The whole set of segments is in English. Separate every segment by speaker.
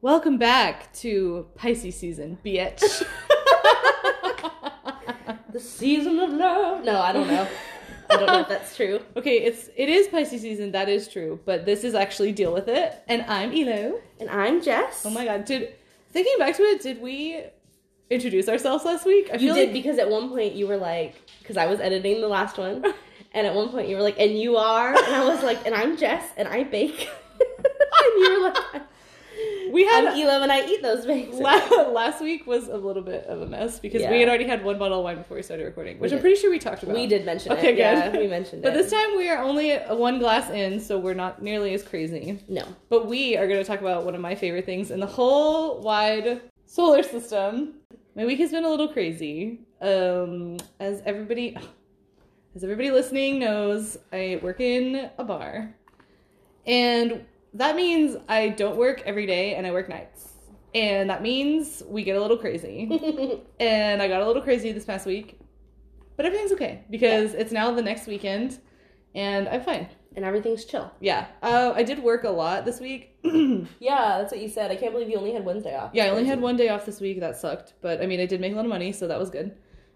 Speaker 1: Welcome back to Pisces season, bitch.
Speaker 2: the season of love. No, I don't know. I don't know if that's true.
Speaker 1: okay, it's it is Pisces season, that is true, but this is actually deal with it. And I'm Elo.
Speaker 2: And I'm Jess.
Speaker 1: Oh my god, did thinking back to it, did we introduce ourselves last week? I
Speaker 2: You did because at one point you were like, because I was editing the last one, and at one point you were like, and you are, and I was like, and I'm Jess, and I bake, and you were like,
Speaker 1: we
Speaker 2: I'm
Speaker 1: had
Speaker 2: Elo, and I eat those bakes.
Speaker 1: la- last week was a little bit of a mess because
Speaker 2: Yeah.
Speaker 1: we had already had one bottle of wine before we started recording, which I'm
Speaker 2: did.
Speaker 1: pretty sure we talked about.
Speaker 2: we did mention
Speaker 1: Okay,
Speaker 2: it. Yeah,
Speaker 1: good.
Speaker 2: we mentioned
Speaker 1: But
Speaker 2: it.
Speaker 1: this time we are only uh, one glass in, so we're not nearly as crazy.
Speaker 2: no,
Speaker 1: But we are going to talk about one of my favorite things in the whole wide solar system. My week has been a little crazy. Um, as everybody, as everybody listening knows, I work in a bar, and that means I don't work every day and I work nights, and that means we get a little crazy. and I got a little crazy this past week, but everything's okay because it's now the next weekend, and I'm fine.
Speaker 2: and everything's chill.
Speaker 1: Yeah, uh, I did work a lot this week.
Speaker 2: Yeah, that's what you said. I can't believe you only had Wednesday off.
Speaker 1: Yeah, I only had one day off this week. That sucked, but I mean, I did make a lot of money, so that was good,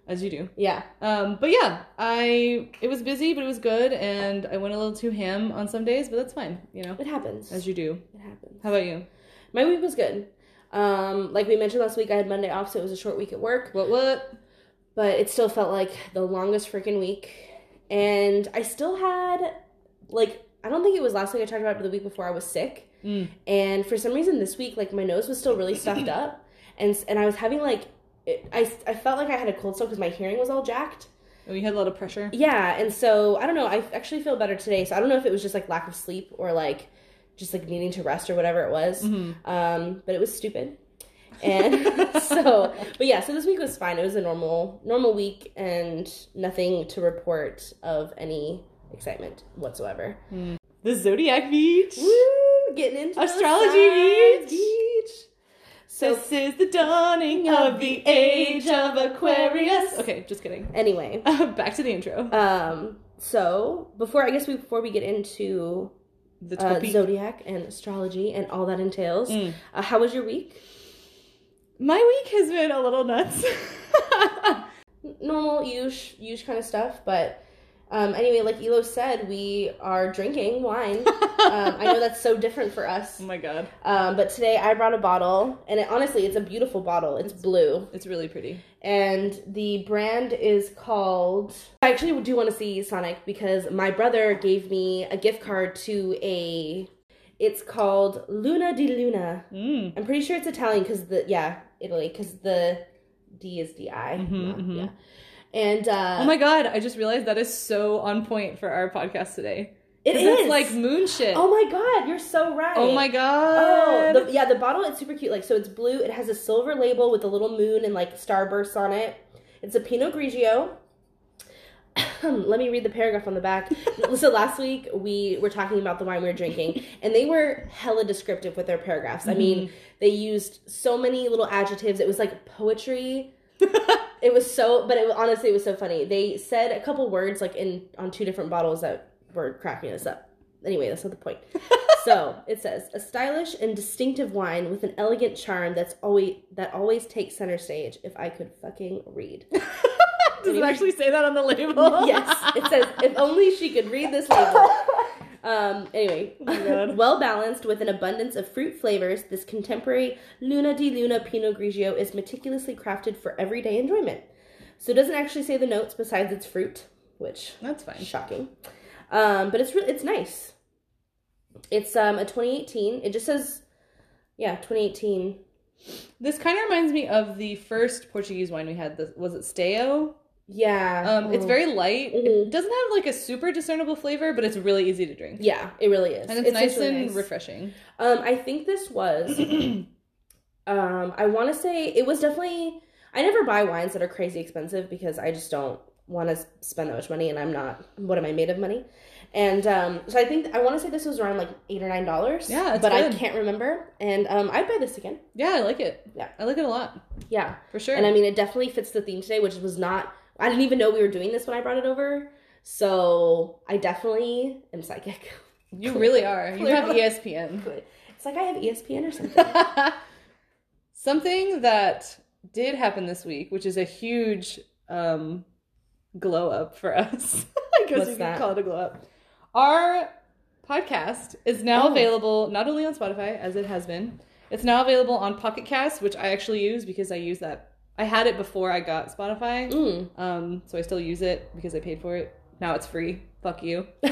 Speaker 1: as you do.
Speaker 2: Yeah,
Speaker 1: Um, but yeah, I it was busy, but it was good, and I went a little too ham on some days, but that's fine, you know,
Speaker 2: it happens.
Speaker 1: as you do.
Speaker 2: it happens.
Speaker 1: How about you?
Speaker 2: My week was good. Um, like we mentioned last week, I had Monday off, so it was a short week at work,
Speaker 1: What what?
Speaker 2: but it still felt like the longest freaking week. And I still had, like, I don't think it was last week I talked about, it, but the week before I was sick.
Speaker 1: Mm.
Speaker 2: And for some reason, this week, like, my nose was still really stuffed up. And, and I was having, like, it, I, I felt like I had a cold sore because my hearing was all jacked.
Speaker 1: And we Oh, had a lot of pressure.
Speaker 2: Yeah, and so I don't know. I actually feel better today. So I don't know if it was just like lack of sleep or like just like needing to rest or whatever it was.
Speaker 1: Mm-hmm.
Speaker 2: Um, but it was stupid. And so, but yeah, so this week was fine. It was a normal normal week and nothing to report of any excitement whatsoever.
Speaker 1: The zodiac beach,
Speaker 2: Woo, getting into the
Speaker 1: astrology
Speaker 2: signs.
Speaker 1: beach.
Speaker 2: So
Speaker 1: this is the dawning of the age of Aquarius. Okay, just kidding.
Speaker 2: anyway,
Speaker 1: Back to the intro.
Speaker 2: um, so before I guess we before we get into
Speaker 1: The
Speaker 2: uh,
Speaker 1: topic. Mm.
Speaker 2: zodiac and astrology and all that entails. Uh, how was your week?
Speaker 1: My week has been a little nuts. Oh
Speaker 2: Normal, usual, usual kind of stuff. But um, anyway, like Elo said, we are drinking wine. um, I know that's so different for us.
Speaker 1: oh my god,
Speaker 2: Um, but today I brought a bottle, and it, honestly, it's a beautiful bottle. It's blue,
Speaker 1: it's really pretty.
Speaker 2: and the brand is called. I actually do want to see Sonic because my brother gave me a gift card to a. It's called Luna di Luna.
Speaker 1: Mm.
Speaker 2: I'm pretty sure it's Italian because the yeah Italy because the D is di. yeah,
Speaker 1: mhm.
Speaker 2: yeah. And uh,
Speaker 1: Oh my god, I just realized that is so on point for our podcast today.
Speaker 2: it
Speaker 1: 'Cause
Speaker 2: is
Speaker 1: It's like moon shit.
Speaker 2: oh my god, you're so right.
Speaker 1: Oh my
Speaker 2: Oh,
Speaker 1: god.
Speaker 2: the, yeah, the bottle it's super cute. Like so, it's blue. It has a silver label with a little moon and like starbursts on it. It's a Pinot Grigio. Let me read the paragraph on the back. so last week we were talking about the wine we were drinking, and they were hella descriptive with their paragraphs. I mean, they used so many little adjectives. It was like poetry. It was so, but it honestly it was so funny. They said a couple words like in on two different bottles that were cracking us up. Anyway, that's not the point. so it says a stylish and distinctive wine with an elegant charm that's always that always takes center stage. If I could fucking read,
Speaker 1: Does it actually say that on the label?
Speaker 2: yes, it says if only she could read this label. Um, anyway,
Speaker 1: Oh my God.
Speaker 2: well balanced with an abundance of fruit flavors, this contemporary Luna di Luna Pinot Grigio is meticulously crafted for everyday enjoyment. So it doesn't actually say the notes besides its fruit, which
Speaker 1: That's fine.
Speaker 2: shocking. Um, but it's really it's nice. It's um a 2018. It just says, yeah, 2018.
Speaker 1: This kind of reminds me of the first Portuguese wine we had. The, was it Steo?
Speaker 2: Yeah,
Speaker 1: Um, It's very light. It
Speaker 2: Mhm.
Speaker 1: doesn't have like a super discernible flavor, but it's really easy to drink.
Speaker 2: yeah, it really is.
Speaker 1: And it's, nice
Speaker 2: really
Speaker 1: and refreshing.
Speaker 2: Um, I think this was. um, I want to say it was definitely. I never buy wines that are crazy expensive because I just don't want to spend that much money, and I'm not. What am I made of money? And um, so I think I want to say this was around like eight or nine dollars.
Speaker 1: Yeah, it's
Speaker 2: but
Speaker 1: good.
Speaker 2: I can't remember. And um, I'd buy this again.
Speaker 1: Yeah, I like it.
Speaker 2: Yeah.
Speaker 1: I like it a lot
Speaker 2: Yeah,
Speaker 1: for sure.
Speaker 2: and I mean it definitely fits the theme today, which was not I didn't even know we were doing this when I brought it over. So I definitely am psychic.
Speaker 1: You really are. You have E
Speaker 2: Clearly.
Speaker 1: ESPN.
Speaker 2: It's like I have E ESPN or something.
Speaker 1: Something that did happen this week, which is a huge um, glow up for us. I guess
Speaker 2: What's
Speaker 1: you could
Speaker 2: that?
Speaker 1: call it a glow up. Our podcast is now
Speaker 2: Oh.
Speaker 1: available not only on Spotify as it has been. It's now available on Pocket Cast, which I actually use because I use that. I had it before I got Spotify,
Speaker 2: Mm.
Speaker 1: um, so I still use it because I paid for it. Now it's free. Fuck you.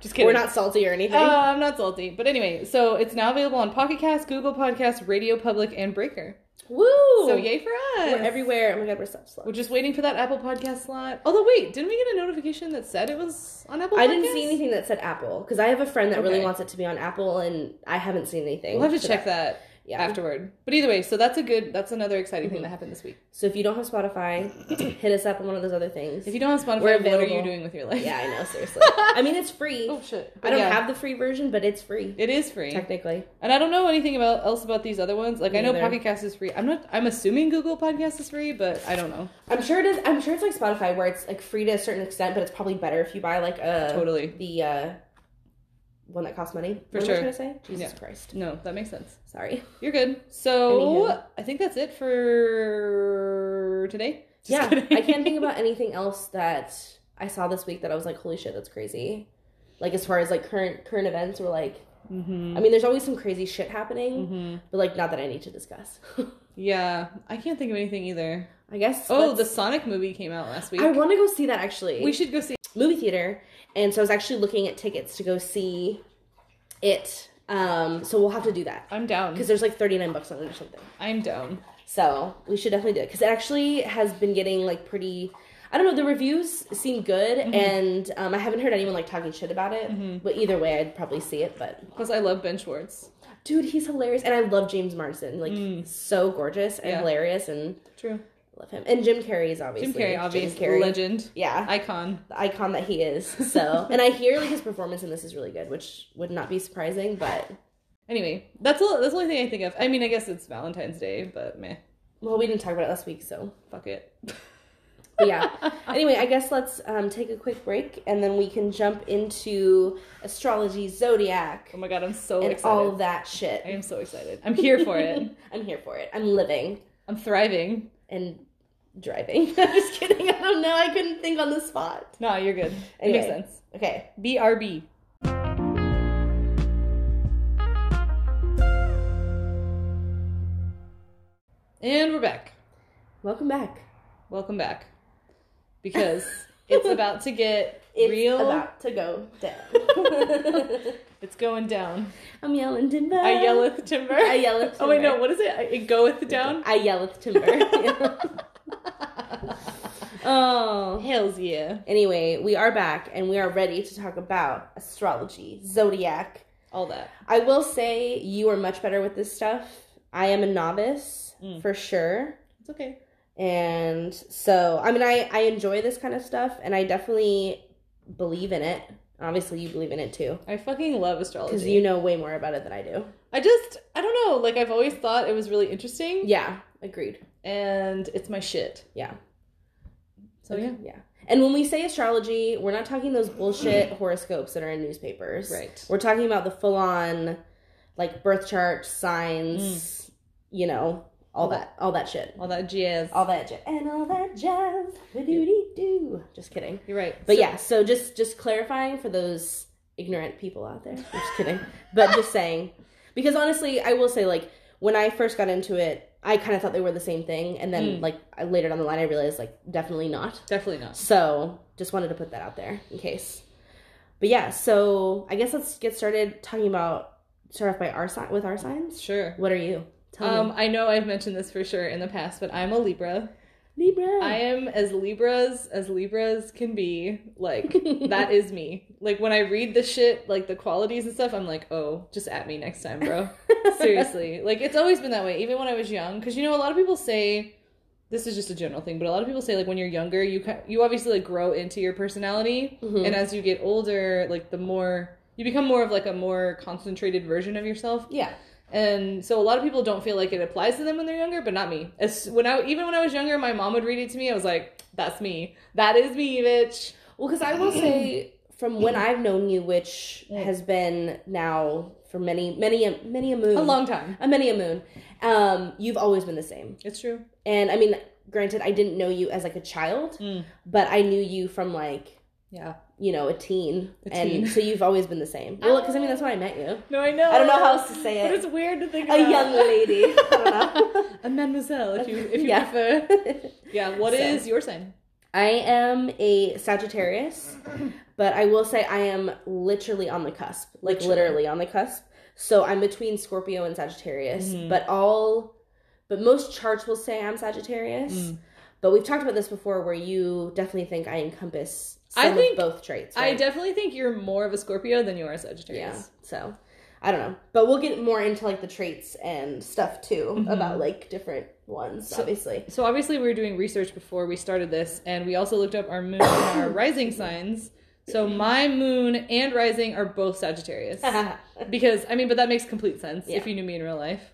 Speaker 1: Just kidding.
Speaker 2: We're not salty or anything.
Speaker 1: Uh, I'm not salty. But anyway, so it's now available on Pocket Cast, Google Podcast, Radio Public, and Breaker.
Speaker 2: Woo!
Speaker 1: So yay for us!
Speaker 2: We're everywhere. Oh my god, we're so slow.
Speaker 1: We're just waiting for that Apple Podcast slot. Although wait, didn't we get a notification that said it was on Apple?
Speaker 2: I didn't
Speaker 1: Podcasts?
Speaker 2: see anything that said Apple because I have a friend that really
Speaker 1: Okay.
Speaker 2: wants it to be on Apple, and I haven't seen anything.
Speaker 1: We'll have to
Speaker 2: for
Speaker 1: check that
Speaker 2: Yeah.
Speaker 1: afterward. But either way, so that's a good. That's another exciting thing
Speaker 2: Mhm.
Speaker 1: that happened this week.
Speaker 2: So if you don't have Spotify, hit us up on one of those other things.
Speaker 1: If you don't have
Speaker 2: We're
Speaker 1: Spotify, what are you
Speaker 2: available.
Speaker 1: doing with your life?
Speaker 2: yeah, I know. Seriously, I mean it's free.
Speaker 1: Oh shit!
Speaker 2: I don't
Speaker 1: Yeah.
Speaker 2: have the free version, but it's free
Speaker 1: It is free,
Speaker 2: technically.
Speaker 1: and I don't know anything about else about these other ones. Like
Speaker 2: Me
Speaker 1: I know
Speaker 2: either.
Speaker 1: Pocket Cast is free. I'm not. I'm assuming Google Podcast is free, but I don't know.
Speaker 2: I'm sure it is. I'm sure it's like Spotify, where it's like free to a certain extent, but it's probably better if you buy like a
Speaker 1: Totally.
Speaker 2: the uh, one that costs money.
Speaker 1: For
Speaker 2: what
Speaker 1: sure.
Speaker 2: Am I trying to say Jesus
Speaker 1: Yeah.
Speaker 2: Christ.
Speaker 1: No, that makes sense.
Speaker 2: Sorry.
Speaker 1: You're good. So
Speaker 2: Anywho.
Speaker 1: I think that's it for today. Just
Speaker 2: yeah,
Speaker 1: kidding.
Speaker 2: I can't think about anything else that I saw this week that I was like, holy shit, that's crazy. Like as far as like current current events, were like,
Speaker 1: Mhm.
Speaker 2: I mean, there's always some crazy shit happening,
Speaker 1: Mhm.
Speaker 2: but like not that I need to discuss.
Speaker 1: Yeah, I can't think of anything either.
Speaker 2: I guess.
Speaker 1: Oh, the
Speaker 2: let's-
Speaker 1: Sonic movie came out last week.
Speaker 2: I want to go see that actually.
Speaker 1: we should go see.
Speaker 2: movie theater and so i was actually looking at tickets to go see it um so we'll have to do that
Speaker 1: I'm down.
Speaker 2: because there's like 39 bucks on it or something
Speaker 1: I'm down.
Speaker 2: so we should definitely do it because it actually has been getting like pretty i don't know the reviews seem good
Speaker 1: Mm-hmm.
Speaker 2: and um, i haven't heard anyone like talking shit about it but either way i'd probably see it but
Speaker 1: Plus, I love Ben Schwartz.
Speaker 2: dude he's hilarious and i love james marsden like so gorgeous and
Speaker 1: Mm. Yeah.
Speaker 2: hilarious and
Speaker 1: True.
Speaker 2: I love him and jim carrey is obviously
Speaker 1: Jim Carrey, obvious
Speaker 2: Carrey.
Speaker 1: legend,
Speaker 2: yeah
Speaker 1: icon.
Speaker 2: the icon that he is. So, and I hear like his performance in this is really good, which would not be surprising, but
Speaker 1: Anyway, that's all. That's the only thing I think of. I mean, I guess it's Valentine's Day, but meh,
Speaker 2: well, we didn't talk about it last week, so.
Speaker 1: fuck it. Oh
Speaker 2: But yeah. anyway, I guess let's um, take a quick break and then we can jump into astrology, zodiac,
Speaker 1: Oh my god, I'm so
Speaker 2: and
Speaker 1: excited.
Speaker 2: all that
Speaker 1: I
Speaker 2: shit.
Speaker 1: am so excited. I'm here for it.
Speaker 2: I'm here for it. I'm living
Speaker 1: I'm thriving.
Speaker 2: and driving. I'm just kidding. I don't know. I couldn't think on the spot.
Speaker 1: No, you're good. It
Speaker 2: Anyway.
Speaker 1: makes sense.
Speaker 2: Okay.
Speaker 1: BRB. And we're back.
Speaker 2: Welcome back.
Speaker 1: Welcome back. Because it's about to get
Speaker 2: It's
Speaker 1: real.
Speaker 2: about to go down.
Speaker 1: It's going down.
Speaker 2: I'm yelling timber.
Speaker 1: I yelleth timber.
Speaker 2: I yelleth timber.
Speaker 1: Oh wait, no, what is it? I- It goeth down?
Speaker 2: I yelleth timber. oh.
Speaker 1: Hells yeah.
Speaker 2: Anyway, we are back and we are ready to talk about astrology, zodiac.
Speaker 1: All that.
Speaker 2: I will say you are much better with this stuff. I am a novice
Speaker 1: Mm.
Speaker 2: for sure.
Speaker 1: It's okay.
Speaker 2: And so, I mean, I, I enjoy this kind of stuff and I definitely believe in it. Obviously, you believe in it too
Speaker 1: I fucking love
Speaker 2: because
Speaker 1: astrology.
Speaker 2: you know way more about it than I do.
Speaker 1: I just, I don't know, like I've always thought it was really interesting
Speaker 2: Yeah, agreed.
Speaker 1: and it's my shit.
Speaker 2: Yeah.
Speaker 1: So Oh, yeah.
Speaker 2: Yeah. And when we say astrology, we're not talking those bullshit horoscopes that are in newspapers.
Speaker 1: Right.
Speaker 2: We're talking about the full on like birth chart, signs,
Speaker 1: Mm.
Speaker 2: you know, all that all that shit.
Speaker 1: All that jazz.
Speaker 2: All that jazz. And all that jazz. Doody doo. Just kidding.
Speaker 1: You're right.
Speaker 2: But
Speaker 1: So-
Speaker 2: yeah, so just just clarifying for those ignorant people out there. I'm just kidding. But just saying because honestly, I will say like when I first got into it, I kind of thought they were the same thing and then
Speaker 1: Mm.
Speaker 2: like I- later down the line I realized like definitely not.
Speaker 1: Definitely not.
Speaker 2: So just wanted to put that out there in case. But yeah, so I guess let's get started talking about start off by our sign with our signs.
Speaker 1: Sure.
Speaker 2: What are you? Tell
Speaker 1: Um, I know I've mentioned this for sure in the past, but I'm a Libra.
Speaker 2: me. Libra.
Speaker 1: I am as Libras as Libras can be. Like that is me. Like when I read the shit, like the qualities and stuff, I'm like, oh, just at me next time, bro. Seriously. Like it's always been that way, even when I was young. Because you know, a lot of people say this is just a general thing, but a lot of people say like when you're younger, you ki- you obviously like grow into your personality,
Speaker 2: Mhm.
Speaker 1: and as you get older, like the more you become more of like a more concentrated version of yourself.
Speaker 2: yeah.
Speaker 1: And so a lot of people don't feel like it applies to them when they're younger, but not me. As when I even when I was younger, my mom would read it to me. I was like, "That's me. That is me, bitch."
Speaker 2: Well, because I will say, from when I've known you, which has been now for many, many, a- many a moon,
Speaker 1: A long time.
Speaker 2: a many a moon, um, you've always been the same.
Speaker 1: It's true.
Speaker 2: And I mean, granted, I didn't know you as like a child,
Speaker 1: Mm.
Speaker 2: but I knew you from like
Speaker 1: Yeah.
Speaker 2: you know a teen,
Speaker 1: A
Speaker 2: and
Speaker 1: teen.
Speaker 2: so you've always been the same. Well, because I mean, that's when I met you.
Speaker 1: No, I know.
Speaker 2: I don't know how else to say
Speaker 1: But
Speaker 2: it.
Speaker 1: it's weird to think
Speaker 2: A
Speaker 1: about.
Speaker 2: young lady. I don't know.
Speaker 1: a mademoiselle, if you if you
Speaker 2: Yeah.
Speaker 1: prefer. Yeah. What
Speaker 2: So.
Speaker 1: is your sign?
Speaker 2: I am a Sagittarius, but I will say I am literally on the cusp, like
Speaker 1: Literally.
Speaker 2: literally on the cusp. So I'm between Scorpio and Sagittarius,
Speaker 1: Mhm.
Speaker 2: but all, but most charts will say I'm Sagittarius.
Speaker 1: Mm.
Speaker 2: But we've talked about this before, where you definitely think I encompass. Some
Speaker 1: I think-
Speaker 2: of both traits.
Speaker 1: I
Speaker 2: right?
Speaker 1: definitely think you're more of a Scorpio than you are a Sagittarius.
Speaker 2: Yeah. So I don't know, but we'll get more into like the traits and stuff too
Speaker 1: Mhm.
Speaker 2: about like different ones, obviously.
Speaker 1: So obviously we were doing research before we started this, and we also looked up our moon and our rising signs. So my moon and rising are both Sagittarius. because I mean, but that makes complete sense if
Speaker 2: Yeah.
Speaker 1: you knew me in real life.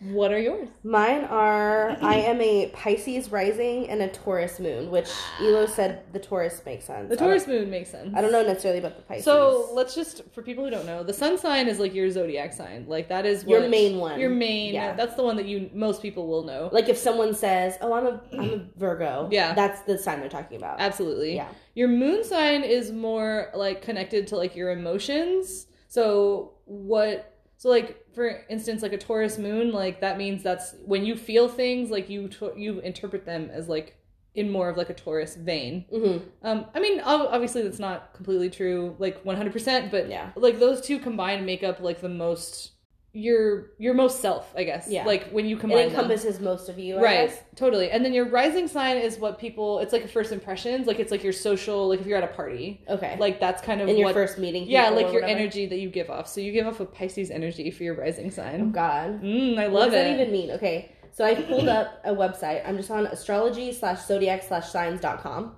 Speaker 1: What are yours?
Speaker 2: Mine are I am a Pisces rising and a Taurus moon, which Elo said the Taurus makes sense.
Speaker 1: The Taurus moon makes sense.
Speaker 2: I don't, I don't know necessarily about the Pisces.
Speaker 1: So let's just for people who don't know, the sun sign is like your zodiac sign. Like that is
Speaker 2: Your
Speaker 1: what-
Speaker 2: main one.
Speaker 1: Your main.
Speaker 2: Yeah.
Speaker 1: That's the one that you most people will know.
Speaker 2: like if someone says, "Oh, I'm a I'm a Virgo,"
Speaker 1: Yeah.
Speaker 2: that's the sign they're talking about.
Speaker 1: Absolutely.
Speaker 2: Yeah.
Speaker 1: Your moon sign is more like connected to like your emotions. So what so like for instance like a Taurus moon like that means that's when you feel things like you t- you interpret them as like in more of like a Taurus vein.
Speaker 2: Mm-hmm.
Speaker 1: Um I mean ob- obviously that's not completely true like 100% but
Speaker 2: Yeah.
Speaker 1: like those two combined make up like the most your your most self I guess.
Speaker 2: Yeah.
Speaker 1: Like when you combine
Speaker 2: It
Speaker 1: them.
Speaker 2: encompasses most of you, I
Speaker 1: Right,
Speaker 2: guess.
Speaker 1: totally. And then your rising sign is what people. It's like first impressions. Like it's like your social. Like if you're at a party,
Speaker 2: Okay.
Speaker 1: like that's kind of
Speaker 2: in your
Speaker 1: what.
Speaker 2: first meeting.
Speaker 1: yeah,
Speaker 2: people or
Speaker 1: like your
Speaker 2: whatever.
Speaker 1: energy that you give off. So you give off a Pisces energy for your rising
Speaker 2: Oh
Speaker 1: sign.
Speaker 2: God.
Speaker 1: Mm, I
Speaker 2: What
Speaker 1: love
Speaker 2: does that
Speaker 1: it.
Speaker 2: even mean? Okay, so I pulled up a website. I'm just on astrology slash zodiac slash signs dot com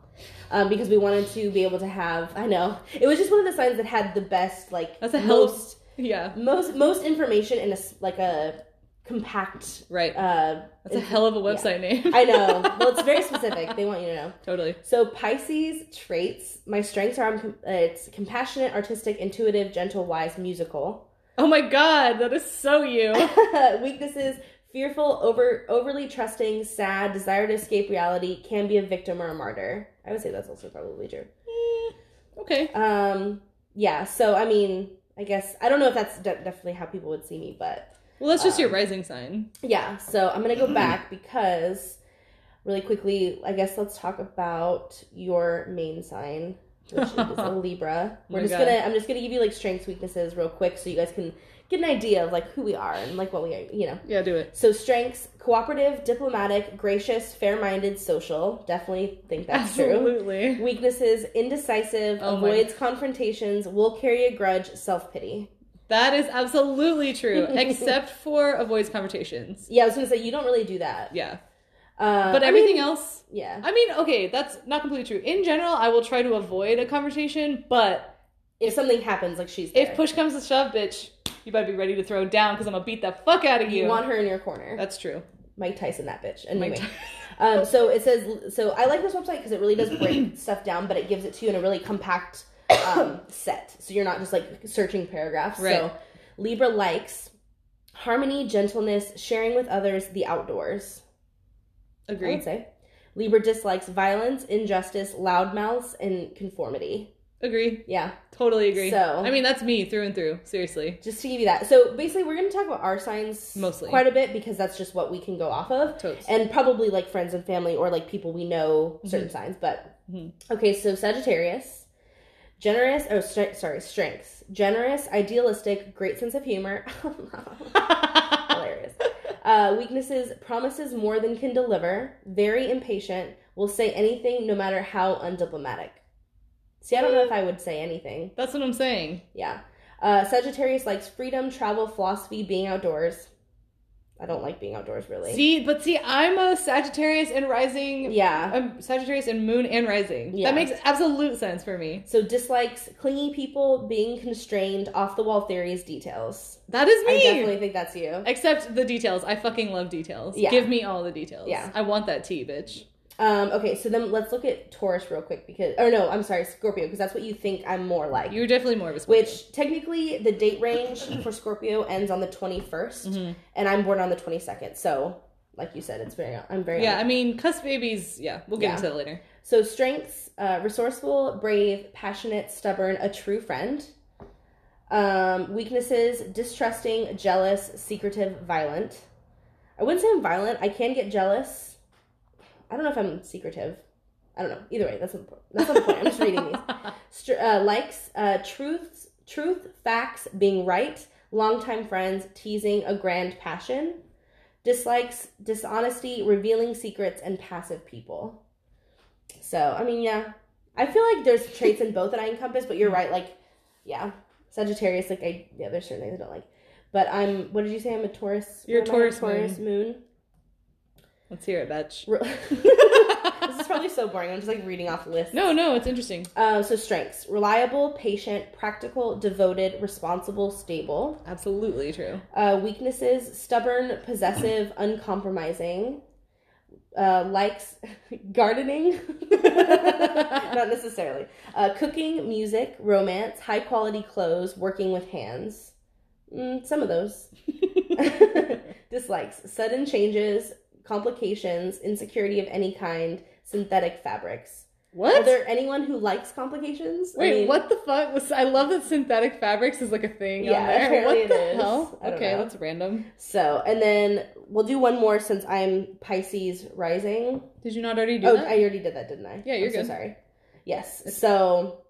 Speaker 2: um, because we wanted to be able to have. I know it was just one of the signs that had the best like
Speaker 1: That's a help.
Speaker 2: most
Speaker 1: yeah,
Speaker 2: most most information in a s- like a compact.
Speaker 1: right.
Speaker 2: Uh,
Speaker 1: That's a hell of a website name.
Speaker 2: I know. Well, it's very specific. They want you to know.
Speaker 1: totally.
Speaker 2: So Pisces traits. My strengths are I'm, com- uh, it's compassionate, artistic, intuitive, gentle, wise, musical.
Speaker 1: Oh my god, that is so you.
Speaker 2: Weaknesses: fearful, over overly trusting, sad, desire to escape reality, can be a victim or a martyr. I would say that's also probably true.
Speaker 1: Mm, okay.
Speaker 2: Um, yeah. So I mean, I guess I don't know if that's de- definitely how people would see me, but
Speaker 1: Well, that's just your
Speaker 2: Um,
Speaker 1: rising sign.
Speaker 2: yeah. So I'm gonna go back because really quickly, I guess let's talk about your main sign. Which is a Libra.
Speaker 1: Oh my
Speaker 2: We're just
Speaker 1: God.
Speaker 2: gonna. I'm just gonna give you like strengths, weaknesses, real quick, so you guys can get an idea of like who we are and like what we are. You know.
Speaker 1: Yeah, do it.
Speaker 2: So strengths: cooperative, diplomatic, gracious, fair-minded, social. Definitely think that's
Speaker 1: Absolutely.
Speaker 2: true. Weaknesses: indecisive,
Speaker 1: Oh my-
Speaker 2: avoids confrontations, will carry a grudge, self-pity.
Speaker 1: That is absolutely true, except for avoids conversations.
Speaker 2: Yeah, I was gonna say you don't really do that.
Speaker 1: Yeah,
Speaker 2: Uh,
Speaker 1: but
Speaker 2: I
Speaker 1: everything
Speaker 2: mean,
Speaker 1: else.
Speaker 2: yeah,
Speaker 1: I mean, okay, that's not completely true. In general, I will try to avoid a conversation, but
Speaker 2: if, something happens, like she's there.
Speaker 1: if push comes to shove, bitch, you better be ready to throw down because I'm gonna beat the fuck out of you.
Speaker 2: you want her in your corner,
Speaker 1: that's true.
Speaker 2: Mike Tyson, that bitch. Anyway.
Speaker 1: Mike
Speaker 2: um, so it says. So I like this website because it really does break stuff down, but it gives it to you in a really compact um, set. So you're not just like searching paragraphs.
Speaker 1: Right.
Speaker 2: So Libra likes harmony, gentleness, sharing with others, the outdoors. I would
Speaker 1: Agreed.
Speaker 2: say. Libra dislikes violence, injustice, loudmouths, and conformity.
Speaker 1: Agree.
Speaker 2: Yeah,
Speaker 1: Totally agree.
Speaker 2: So-
Speaker 1: I mean, that's me through and through. Seriously.
Speaker 2: just to give you that. So basically, we're going to talk about our signs
Speaker 1: Mostly.
Speaker 2: quite a bit because that's just what we can go off of.
Speaker 1: Totes.
Speaker 2: and probably like friends and family or like people we know certain signs but
Speaker 1: Mhm.
Speaker 2: okay so sagittarius generous oh stre- sorry strengths generous idealistic great sense of humor Oh, hilarious uh, weaknesses promises more than can deliver very impatient will say anything no matter how undiplomatic see i don't know if i would say anything
Speaker 1: that's what I'm saying.
Speaker 2: yeah uh, sagittarius likes freedom travel philosophy being outdoors I don't like being outdoors really.
Speaker 1: See, but see, I'm a Sagittarius and rising.
Speaker 2: Yeah.
Speaker 1: I'm Sagittarius and moon and rising.
Speaker 2: Yeah.
Speaker 1: That makes absolute sense for me.
Speaker 2: So dislikes clingy people, being constrained, off the wall theories, details.
Speaker 1: That is
Speaker 2: I
Speaker 1: me.
Speaker 2: definitely think that's you.
Speaker 1: Except the details. I fucking love details.
Speaker 2: Yeah.
Speaker 1: Give me all the details.
Speaker 2: Yeah.
Speaker 1: I want that tea, bitch.
Speaker 2: Um, okay, so then let's look at Taurus real quick because, or no, I'm sorry, Scorpio, because that's what you think I'm more like.
Speaker 1: You're definitely more of a Scorpio.
Speaker 2: Which technically the date range for Scorpio ends on the 21st,
Speaker 1: Mhm.
Speaker 2: and I'm born on the 22nd. So, like you said, it's very, I'm very.
Speaker 1: Yeah, I mean, cuss babies. Yeah, we'll get
Speaker 2: Yeah.
Speaker 1: into that later.
Speaker 2: So strengths: uh, resourceful, brave, passionate, stubborn, a true friend. Um, weaknesses: distrusting, jealous, secretive, violent. I wouldn't say I'm violent. I can get jealous. I don't know if I'm secretive. I don't know. Either way, that's not the point. That's not the point. I'm just reading these. Str- uh, likes, uh, truths, truth, facts, being right, longtime friends, teasing, a grand passion. Dislikes, dishonesty, revealing secrets, and passive people. So, I mean, yeah. I feel like there's traits in both that I encompass, but you're right. Like, yeah. Sagittarius, like, I, yeah, there's certain things I don't like. But I'm, what did you say? I'm a Taurus.
Speaker 1: You're a
Speaker 2: what am I?
Speaker 1: Taurus
Speaker 2: Taurus moon.
Speaker 1: Let's hear it, bitch.
Speaker 2: Re- this is probably so boring. I'm just like reading off lists.
Speaker 1: no, no, it's interesting.
Speaker 2: Uh, so strengths: reliable, patient, practical, devoted, responsible, stable.
Speaker 1: Absolutely true.
Speaker 2: Uh, weaknesses: stubborn, possessive, uncompromising. Uh, likes gardening, not necessarily. Uh, cooking, music, romance, high quality clothes, working with hands. Mm, some of those. Dislikes: sudden changes, complications, insecurity of any kind, synthetic fabrics.
Speaker 1: What?
Speaker 2: Are there anyone who likes complications? I
Speaker 1: Wait,
Speaker 2: mean,
Speaker 1: what the fuck? Was, I love that synthetic fabrics is like a thing
Speaker 2: Yeah,
Speaker 1: on there.
Speaker 2: apparently
Speaker 1: What
Speaker 2: it
Speaker 1: the
Speaker 2: is.
Speaker 1: hell?
Speaker 2: I don't
Speaker 1: Okay,
Speaker 2: know.
Speaker 1: that's random.
Speaker 2: So, and then we'll do one more since I'm Pisces rising.
Speaker 1: Did you not already do
Speaker 2: Oh,
Speaker 1: that?
Speaker 2: I already did that, didn't I?
Speaker 1: Yeah, you're
Speaker 2: I'm
Speaker 1: good.
Speaker 2: So sorry. Yes. So,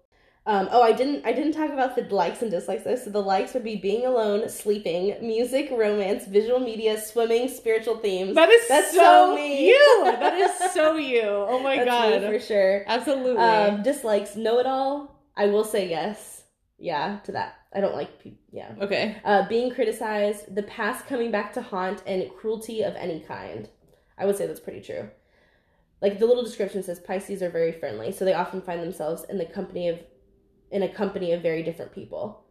Speaker 2: um, oh, I didn't. I didn't talk about the likes and dislikes. Though. So the likes would be being alone, sleeping, music, romance, visual media, swimming, spiritual themes.
Speaker 1: that is
Speaker 2: That's
Speaker 1: so,
Speaker 2: so me.
Speaker 1: you. That is so you. Oh my
Speaker 2: That's me
Speaker 1: god.
Speaker 2: for sure.
Speaker 1: Absolutely.
Speaker 2: Um, dislikes, know it all. I will say yes. Yeah, to that. I don't like. peop Yeah.
Speaker 1: okay.
Speaker 2: uh, being criticized, the past coming back to haunt, and cruelty of any kind. I would say that's pretty true. Like the little description says, Pisces are very friendly, so they often find themselves in the company of, in a company of very different people.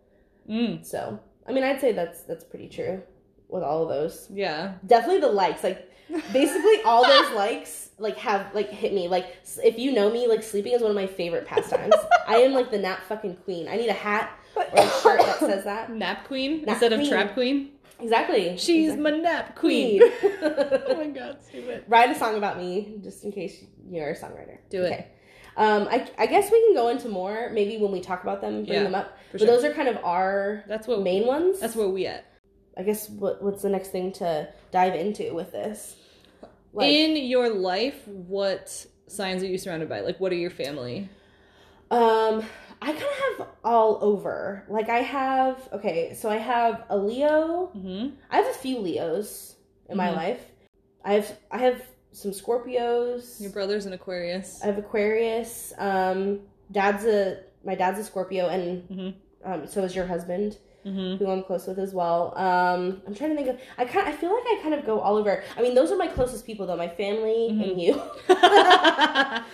Speaker 1: Mm,
Speaker 2: So, I mean, I'd say that's that's pretty true with all of those.
Speaker 1: yeah.
Speaker 2: Definitely the likes, like basically all those likes, like have like hit me. Like s- if you know me, like sleeping is one of my favorite pastimes. I am like the nap fucking queen. I need a hat or a shirt that says that.
Speaker 1: Nap queen
Speaker 2: Nap
Speaker 1: instead of
Speaker 2: queen.
Speaker 1: trap queen.
Speaker 2: Exactly.
Speaker 1: She's
Speaker 2: Exactly.
Speaker 1: my nap queen.
Speaker 2: queen.
Speaker 1: oh my god, stupid.
Speaker 2: Write a song about me, just in case you're a songwriter.
Speaker 1: Do it.
Speaker 2: Um, I, I guess we can go into more maybe when we talk about them, bring
Speaker 1: Yeah,
Speaker 2: them up.
Speaker 1: for
Speaker 2: But
Speaker 1: sure.
Speaker 2: those are kind of our
Speaker 1: That's what
Speaker 2: main ones.
Speaker 1: That's where we at.
Speaker 2: I guess what, what's the next thing to dive into with this? Like,
Speaker 1: In your life, what signs are you surrounded by? Like, what are your family?
Speaker 2: um, I kind of have all over. Like I have okay, so I have a Leo.
Speaker 1: hmm
Speaker 2: I have a few Leos in my
Speaker 1: Mhm.
Speaker 2: life. I have I have some Scorpios.
Speaker 1: Your brother's an Aquarius.
Speaker 2: I have Aquarius. Um, dad's a my dad's a Scorpio, and
Speaker 1: Mhm.
Speaker 2: um, so is your husband,
Speaker 1: hmm
Speaker 2: who I'm close with as well. Um, I'm trying to think of. I kind. I feel like I kind of go all over. I mean, those are my closest people, though. My family and you.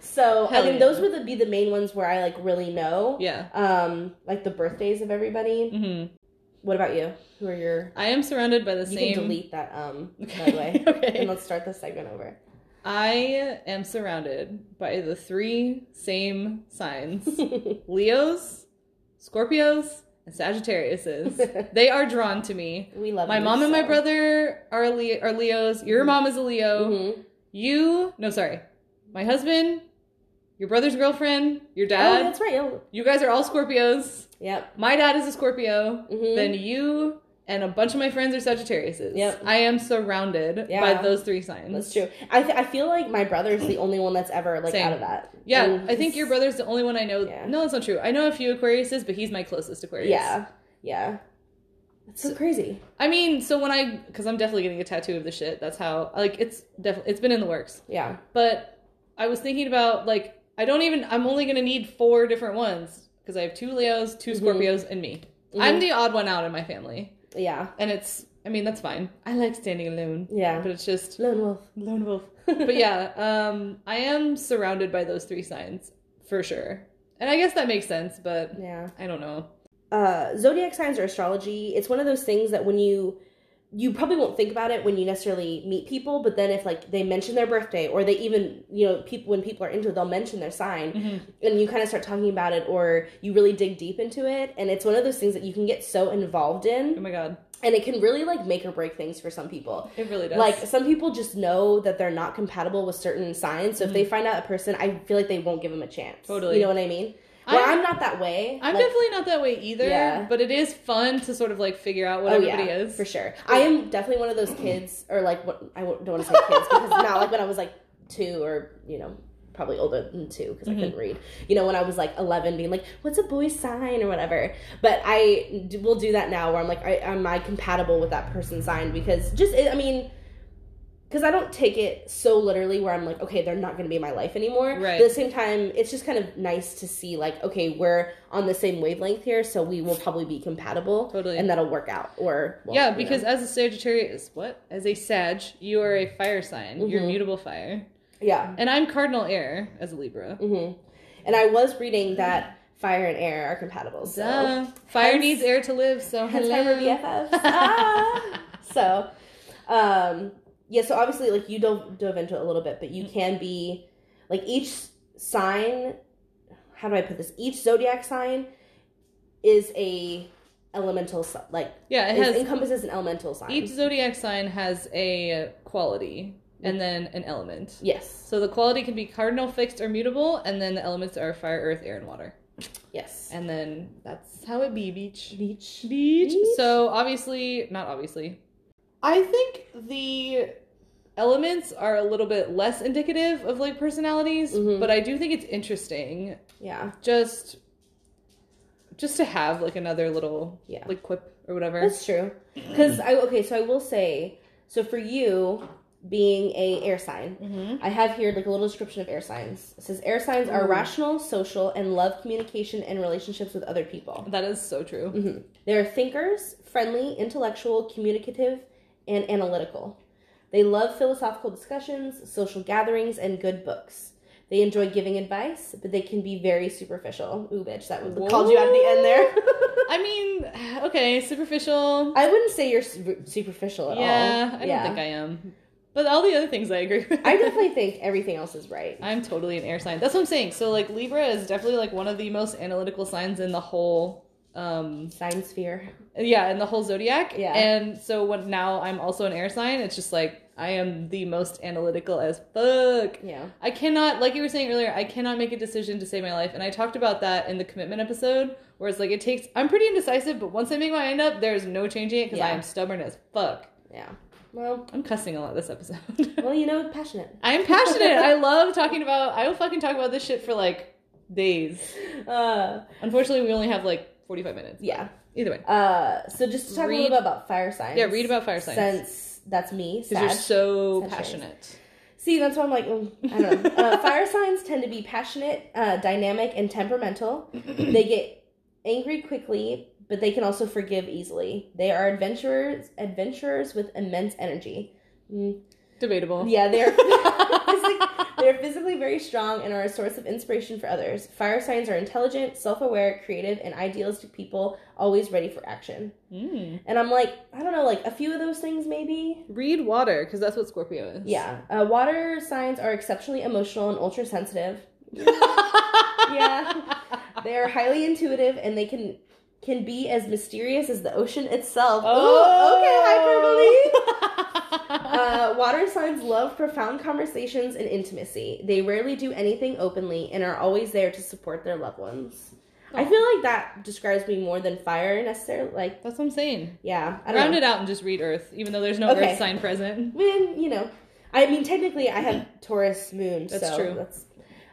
Speaker 2: So
Speaker 1: Mm-hmm. Hell
Speaker 2: I mean,
Speaker 1: yeah.
Speaker 2: those would be the main ones where I like really know.
Speaker 1: yeah.
Speaker 2: Um, like the birthdays of everybody.
Speaker 1: hmm
Speaker 2: What about you? Who are your?
Speaker 1: I am surrounded by the
Speaker 2: You
Speaker 1: same.
Speaker 2: can delete that. Um,
Speaker 1: Okay.
Speaker 2: by the way,
Speaker 1: okay.
Speaker 2: and let's start this segment over.
Speaker 1: I am surrounded by the three same signs Leos, Scorpios, and Sagittariuses. they are drawn to me.
Speaker 2: we love
Speaker 1: My
Speaker 2: you,
Speaker 1: mom and my
Speaker 2: so.
Speaker 1: brother are, Le- are Leos. Your
Speaker 2: Mhm.
Speaker 1: mom is a Leo.
Speaker 2: Mhm.
Speaker 1: You, no, sorry. My husband, your brother's girlfriend, your
Speaker 2: Oh,
Speaker 1: dad.
Speaker 2: that's right. yeah.
Speaker 1: you guys are all Scorpios.
Speaker 2: Yep.
Speaker 1: My dad is a Scorpio.
Speaker 2: Mhm.
Speaker 1: Then you and a bunch of my friends are Sagittariuses.
Speaker 2: Yep.
Speaker 1: I am surrounded by
Speaker 2: Yeah.
Speaker 1: those three signs.
Speaker 2: That's true. I th- I feel like my brother is the only one that's ever like
Speaker 1: Same.
Speaker 2: out of that.
Speaker 1: Yeah,
Speaker 2: And
Speaker 1: I think your brother's the only one I know.
Speaker 2: Yeah.
Speaker 1: No, that's not true. I know a few Aquariuses, but he's my closest Aquarius.
Speaker 2: Yeah, yeah. That's so, crazy.
Speaker 1: I mean, so when I, because I'm definitely getting a tattoo of the shit. That's how, like, it's definitely, it's been in the works.
Speaker 2: Yeah,
Speaker 1: But I was thinking about, like, I don't even, I'm only going to need four different ones because I have two Leos, 2
Speaker 2: Mhm.
Speaker 1: Scorpios, and me. I'm the odd one out in my family.
Speaker 2: yeah.
Speaker 1: And it's, I mean, that's fine. I like standing alone,
Speaker 2: Yeah.
Speaker 1: but it's just
Speaker 2: Lone wolf.
Speaker 1: lone wolf. but yeah, um, I am surrounded by those three signs for sure, and I guess that makes sense. But
Speaker 2: Yeah.
Speaker 1: I don't know.
Speaker 2: Uh, zodiac signs or astrology, it's one of those things that when you you probably won't think about it when you necessarily meet people, but then if like they mention their birthday or they even, you know, people when people are into it, they'll mention their sign
Speaker 1: Mm-hmm.
Speaker 2: and you kind of start talking about it or you really dig deep into it and it's one of those things that you can get so involved
Speaker 1: Oh
Speaker 2: in
Speaker 1: my god,
Speaker 2: and it can really like make or break things for some people.
Speaker 1: it really does.
Speaker 2: Like some people just know that they're not compatible with certain signs, so if they find out a person, I feel like they won't give them a chance.
Speaker 1: Mm-hmm. Totally.
Speaker 2: you know what I mean? Well, I'm, not that way.
Speaker 1: I'm
Speaker 2: Like,
Speaker 1: definitely not that way either,
Speaker 2: Yeah.
Speaker 1: but it is fun to sort of like figure out what
Speaker 2: Oh,
Speaker 1: everybody
Speaker 2: yeah,
Speaker 1: is.
Speaker 2: for sure. I am definitely one of those kids, or like what I won't- don't want to say kids because not like when I was like two or you know probably older than two because I
Speaker 1: Mm-hmm.
Speaker 2: couldn't read. You know when I was like eleven, being like, "What's a boy's sign?" or whatever. But I d- will do that now, where I'm like, I, "Am I compatible with that person's sign?" Because just I mean. Because I don't take it so literally, where I'm like, okay, they're not going to be in my life anymore.
Speaker 1: Right.
Speaker 2: But at the same time, it's just kind of nice to see, like, okay, we're on the same wavelength here, so we will probably be compatible,
Speaker 1: Totally.
Speaker 2: and that'll work out. Or well,
Speaker 1: yeah,
Speaker 2: you
Speaker 1: because
Speaker 2: know.
Speaker 1: as a Sagittarius, what? As a Sag, you are a fire sign. You're
Speaker 2: Mhm.
Speaker 1: mutable fire.
Speaker 2: yeah,
Speaker 1: And I'm cardinal air as a Libra.
Speaker 2: hmm and I was reading that fire and air are compatible, so
Speaker 1: Duh. Fire
Speaker 2: Hence-
Speaker 1: needs air to live, so
Speaker 2: hence
Speaker 1: hello.
Speaker 2: why we're BFFs. Ah! So, um, yeah, so obviously, like you dove dove into it a little bit, but you
Speaker 1: Mm-hmm.
Speaker 2: can be like each sign. How do I put this? Each zodiac sign is a elemental si- like
Speaker 1: yeah, it
Speaker 2: is,
Speaker 1: has
Speaker 2: encompasses an elemental sign.
Speaker 1: each zodiac sign has a quality
Speaker 2: Mm-hmm.
Speaker 1: and then an element.
Speaker 2: yes,
Speaker 1: So the quality can be cardinal, fixed, or mutable, and then the elements are fire, earth, air, and water.
Speaker 2: yes.
Speaker 1: And then that's how it be, beach.
Speaker 2: Beach.
Speaker 1: Beach.
Speaker 2: Beach.
Speaker 1: So obviously, not obviously. I think the elements are a little bit less indicative of like personalities,
Speaker 2: Mhm.
Speaker 1: but I do think it's interesting
Speaker 2: Yeah,
Speaker 1: just just to have like another little
Speaker 2: Yeah.
Speaker 1: like quip or whatever.
Speaker 2: that's true. Because I okay, so I will say, so for you being a air sign, I have here like a little description of air signs. It says air signs are
Speaker 1: Mm-hmm. Ooh.
Speaker 2: rational, social, and love communication and relationships with other people.
Speaker 1: That is so true.
Speaker 2: hmm They are thinkers, friendly, intellectual, communicative, and analytical. They love philosophical discussions, social gatherings, and good books. They enjoy giving advice, but they can be very superficial. Ooh, bitch, that was called you out at the end there.
Speaker 1: I mean, okay, superficial.
Speaker 2: I wouldn't say you're su- superficial at
Speaker 1: yeah,
Speaker 2: all.
Speaker 1: I don't think I am. But all the other things I agree with.
Speaker 2: I definitely think everything else is right.
Speaker 1: I'm totally an air sign. That's what I'm saying. So like Libra is definitely like one of the most analytical signs in the whole um
Speaker 2: Sign sphere.
Speaker 1: yeah, in the whole zodiac.
Speaker 2: Yeah.
Speaker 1: And so when now I'm also an air sign, it's just like I am the most analytical as fuck.
Speaker 2: Yeah.
Speaker 1: I cannot like you were saying earlier, I cannot make a decision to save my life. And I talked about that in the commitment episode where it's like it takes I'm pretty indecisive, but once I make my mind up, there's no changing it because I
Speaker 2: Yeah.
Speaker 1: am stubborn as fuck.
Speaker 2: Yeah. Well,
Speaker 1: I'm cussing a lot this episode.
Speaker 2: well, you know, passionate.
Speaker 1: I'm passionate. I love talking about. I will fucking talk about this shit for like days.
Speaker 2: Uh,
Speaker 1: Unfortunately, we only have like 45 minutes.
Speaker 2: yeah.
Speaker 1: Either way,
Speaker 2: Uh, so just to talk a
Speaker 1: Read-
Speaker 2: little bit about fire signs.
Speaker 1: yeah. Read about fire signs
Speaker 2: Since that's me.
Speaker 1: because you're
Speaker 2: Sag.
Speaker 1: so
Speaker 2: Sag signs.
Speaker 1: passionate.
Speaker 2: See, that's why I'm like, mm, I don't know. uh, fire signs tend to be passionate, uh, dynamic, and temperamental. they get angry quickly, but they can also forgive easily. They are adventurers, adventurers with immense energy. Mm,
Speaker 1: Debatable.
Speaker 2: Yeah, they're physically, they're physically very strong and are a source of inspiration for others. Fire signs are intelligent, self-aware, creative, and idealistic people, always ready for action.
Speaker 1: Mm.
Speaker 2: And I'm like, I don't know, like a few of those things maybe.
Speaker 1: Read water because that's what Scorpio is.
Speaker 2: Yeah, uh, water signs are exceptionally emotional and ultra sensitive.
Speaker 1: yeah.
Speaker 2: They are highly intuitive and they can can be as mysterious as the ocean itself.
Speaker 1: Oh,
Speaker 2: Ooh, okay, hyperbole.
Speaker 1: hyperbole.
Speaker 2: Uh, water signs love profound conversations and intimacy. They rarely do anything openly and are always there to support their loved ones. I
Speaker 1: Aw.
Speaker 2: feel like that describes me more than fire necessarily. Like,
Speaker 1: that's what I'm saying.
Speaker 2: yeah, I don't
Speaker 1: Round
Speaker 2: know.
Speaker 1: it out and just read Earth, even though there's no
Speaker 2: Okay.
Speaker 1: Earth sign present.
Speaker 2: When you know, I mean, technically, I have Taurus moon.
Speaker 1: That's
Speaker 2: so
Speaker 1: true.
Speaker 2: That's,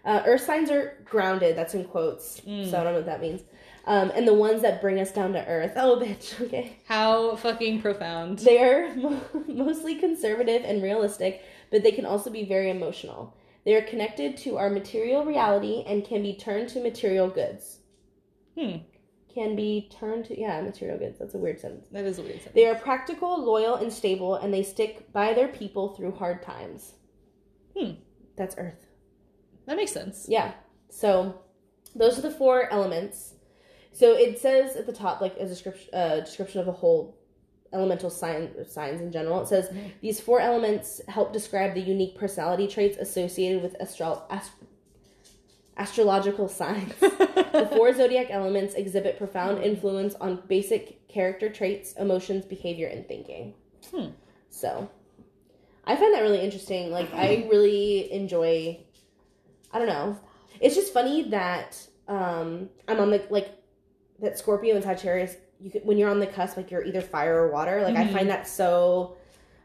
Speaker 2: uh, Earth signs are grounded. That's in quotes.
Speaker 1: Mm.
Speaker 2: So I don't know what that means. Um, and the ones that bring us down to earth. Oh, bitch. Okay.
Speaker 1: How fucking profound.
Speaker 2: They are mo- mostly conservative and realistic, but they can also be very emotional. They are connected to our material reality and can be turned to material goods.
Speaker 1: Hmm.
Speaker 2: can be turned to yeah material goods. That's a weird sentence.
Speaker 1: That is a weird sentence.
Speaker 2: They are practical, loyal, and stable, and they stick by their people through hard times.
Speaker 1: Hmm.
Speaker 2: That's Earth.
Speaker 1: That makes sense.
Speaker 2: Yeah. So those are the four elements. So it says at the top, like a description, uh, description of the whole elemental sign signs in general. It says these four elements help describe the unique personality traits associated with astro- ast- astrological signs. the four zodiac elements exhibit profound influence on basic character traits, emotions, behavior, and thinking.
Speaker 1: Hmm.
Speaker 2: So, I find that really interesting. Like, I really enjoy. I don't know. It's just funny that um, I'm on the like that Scorpio and Sagittarius. You could, when you're on the cusp, like you're either fire or water. Like I
Speaker 1: Mhm.
Speaker 2: find that so,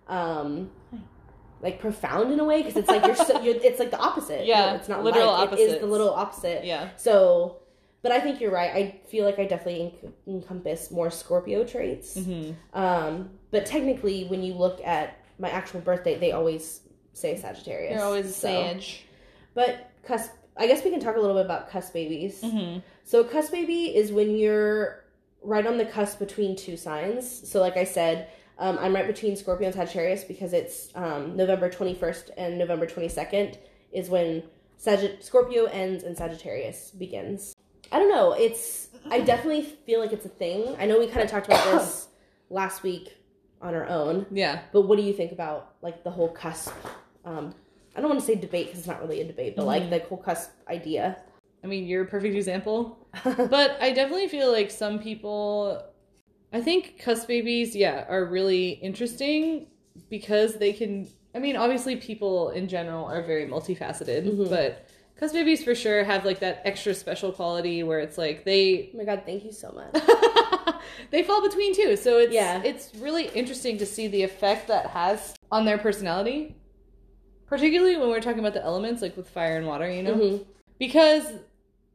Speaker 2: um, like profound in a way because it's like you're so you're, it's like the opposite.
Speaker 1: Yeah,
Speaker 2: it's not
Speaker 1: literal
Speaker 2: like, It is the
Speaker 1: opposites.
Speaker 2: little opposite.
Speaker 1: yeah.
Speaker 2: So, but I think you're right. I feel like I definitely en- encompass more Scorpio traits.
Speaker 1: hmm
Speaker 2: Um, but technically, when you look at my actual birth date, they always say Sagittarius.
Speaker 1: You're always a
Speaker 2: So-
Speaker 1: sage.
Speaker 2: But cusp. I guess we can talk a little bit about cusp babies.
Speaker 1: hmm
Speaker 2: So a cusp baby is when you're right on the cusp between two signs. So like I said, um, I'm right between Scorpio and Sagittarius because it's um, November 21st and November 22nd is when Sag- Scorpio ends and Sagittarius begins. I don't know. It's I definitely feel like it's a thing. I know we kind of talked about this last week on our own,
Speaker 1: Yeah.
Speaker 2: but what do you think about like the whole cusp? Um, I don't want to say debate because it's not really a debate, but
Speaker 1: Mm-hmm.
Speaker 2: like the whole cusp idea.
Speaker 1: I
Speaker 2: Oh
Speaker 1: mean, you're a perfect example. but I definitely feel like some people, I think cuss babies, yeah, are really interesting because they can. I mean, obviously, people in general are very multifaceted,
Speaker 2: Mhm.
Speaker 1: but cuss babies for sure have like that extra special quality where it's like they
Speaker 2: Oh my god, thank you so much.
Speaker 1: they fall between two. So it's
Speaker 2: Yeah.
Speaker 1: it's really interesting to see the effect that has on their personality, particularly when we're talking about the elements like with fire and water. You know
Speaker 2: Mhm.
Speaker 1: because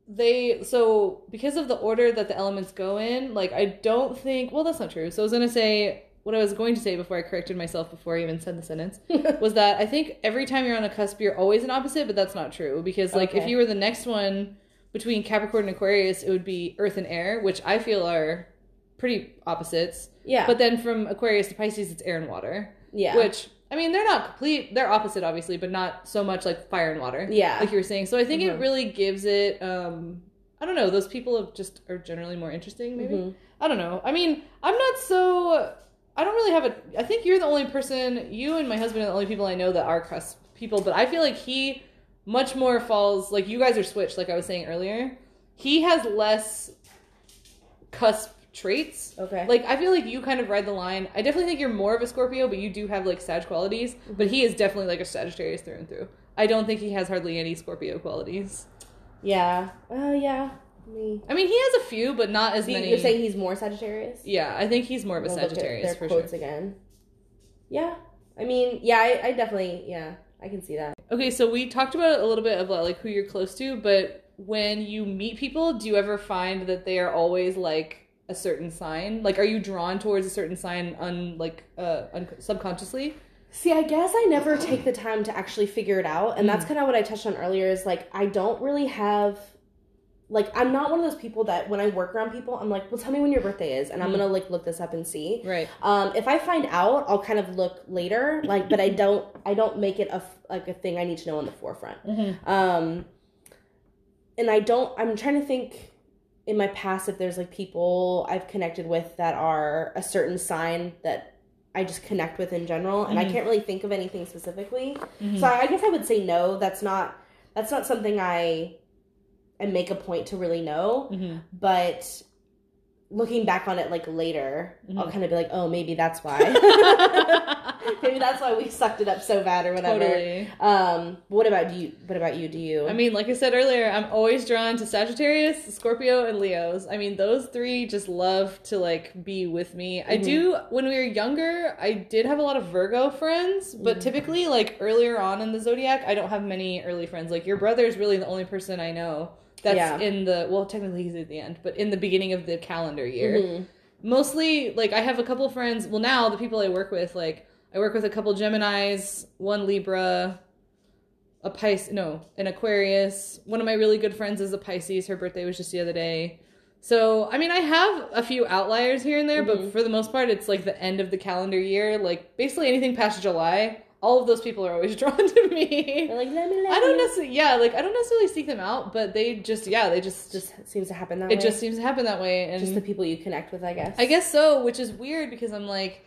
Speaker 1: they so because of the order that the elements go in like i don't think well that's not true so i was going to say what i was going to say before i corrected myself before i even said the sentence was that i think every time you're on a cusp you're always an opposite but that's not true because like if
Speaker 2: Okay.
Speaker 1: you were the next one between capricorn and aquarius it would be earth and air which i feel are pretty opposites
Speaker 2: Yeah.
Speaker 1: but then from aquarius to pisces it's air and water
Speaker 2: yeah.
Speaker 1: which I mean, they're not complete. They're opposite, obviously, but not so much like fire and water.
Speaker 2: Yeah.
Speaker 1: like you were saying. So I think
Speaker 2: Mhm.
Speaker 1: it really gives it. um I don't know. Those people have just are generally more interesting. Maybe
Speaker 2: Mhm.
Speaker 1: I don't know. I mean, I'm not so. I don't really have a. I think you're the only person. You and my husband are the only people I know that are cusp people. But I feel like he much more falls like you guys are switched. Like I was saying earlier, he has less cusp traits.
Speaker 2: Okay.
Speaker 1: Like I feel like you kind of ride the line. I definitely think you're more of a Scorpio, but you do have like Sag qualities. But he is definitely like a Sagittarius through and through. I don't think he has hardly any Scorpio qualities.
Speaker 2: yeah. Oh yeah. Me.
Speaker 1: I mean, he has a few, but not as
Speaker 2: So you-
Speaker 1: many.
Speaker 2: You're saying he's more Sagittarius?
Speaker 1: yeah, I think he's more of a
Speaker 2: We'll look at
Speaker 1: Sagittarius
Speaker 2: their
Speaker 1: for sure.
Speaker 2: quotes again. Yeah. I mean, yeah, I, I definitely, yeah, I can see that.
Speaker 1: Okay, so we talked about a little bit about like who you're close to, but when you meet people, do you ever find that they are always like a certain sign? Like, are you drawn towards a certain sign, un like uh, un- subconsciously?
Speaker 2: See, I guess I never take the time to actually figure it out, and that's kind of what I touched on earlier. Is like I don't really have, like, I'm not one of those people that when I work around people, I'm like, well, tell me when your birthday is, and I'm
Speaker 1: Mhm.
Speaker 2: gonna like look this up and see.
Speaker 1: Right.
Speaker 2: Um, if I find out, I'll kind of look later, like, but I don't, I don't make it a f- like a thing I need to know on the forefront.
Speaker 1: Mhm.
Speaker 2: Um, and I don't. I'm trying to think in my past if there's like people I've connected with that are a certain sign that I just connect with in general, and I
Speaker 1: Mhm.
Speaker 2: can't really think of anything specifically.
Speaker 1: Mhm.
Speaker 2: So I, I guess I would say no. That's not. That's not something I. I make a point to really know,
Speaker 1: Mhm.
Speaker 2: but looking back on it like later, I'll
Speaker 1: Mhm.
Speaker 2: kind of be like, oh, maybe that's why.
Speaker 1: Mm-hmm.
Speaker 2: maybe that's why we sucked it up so bad or whatever.
Speaker 1: Totally.
Speaker 2: Um, what about you? What about you? Do you?
Speaker 1: I mean, like I said earlier, I'm always drawn to Sagittarius, Scorpio, and Leos. I mean, those three just love to like be with me. I
Speaker 2: Mhm.
Speaker 1: do when we were younger, I did have a lot of Virgo friends, but
Speaker 2: Mhm.
Speaker 1: typically like earlier on in the zodiac, I don't have many early friends. Like your brother is really the only person I know that's
Speaker 2: Yeah.
Speaker 1: in the well, technically he's at the end, but in the beginning of the calendar year
Speaker 2: Mhm.
Speaker 1: mostly like I have a couple friends. Well, now the people I work with, like I work with a couple Gemini's, one Libra, a Pisces, no, an Aquarius. One of my really good friends is a Pisces. Her birthday was just the other day. So, I mean, I have a few outliers here and there,
Speaker 2: Mhm.
Speaker 1: but for the most part, it's like the end of the calendar year. Like, basically anything past July, all of those people are always drawn to me.
Speaker 2: They're like, let me, let
Speaker 1: I don't
Speaker 2: me."
Speaker 1: necessarily, yeah, like, I don't necessarily seek them out, but they just, yeah, they just, just
Speaker 2: Just seems to happen that
Speaker 1: it
Speaker 2: way.
Speaker 1: just seems to happen that way. And
Speaker 2: just the people you connect with, I guess.
Speaker 1: I guess so, which is weird because I'm like,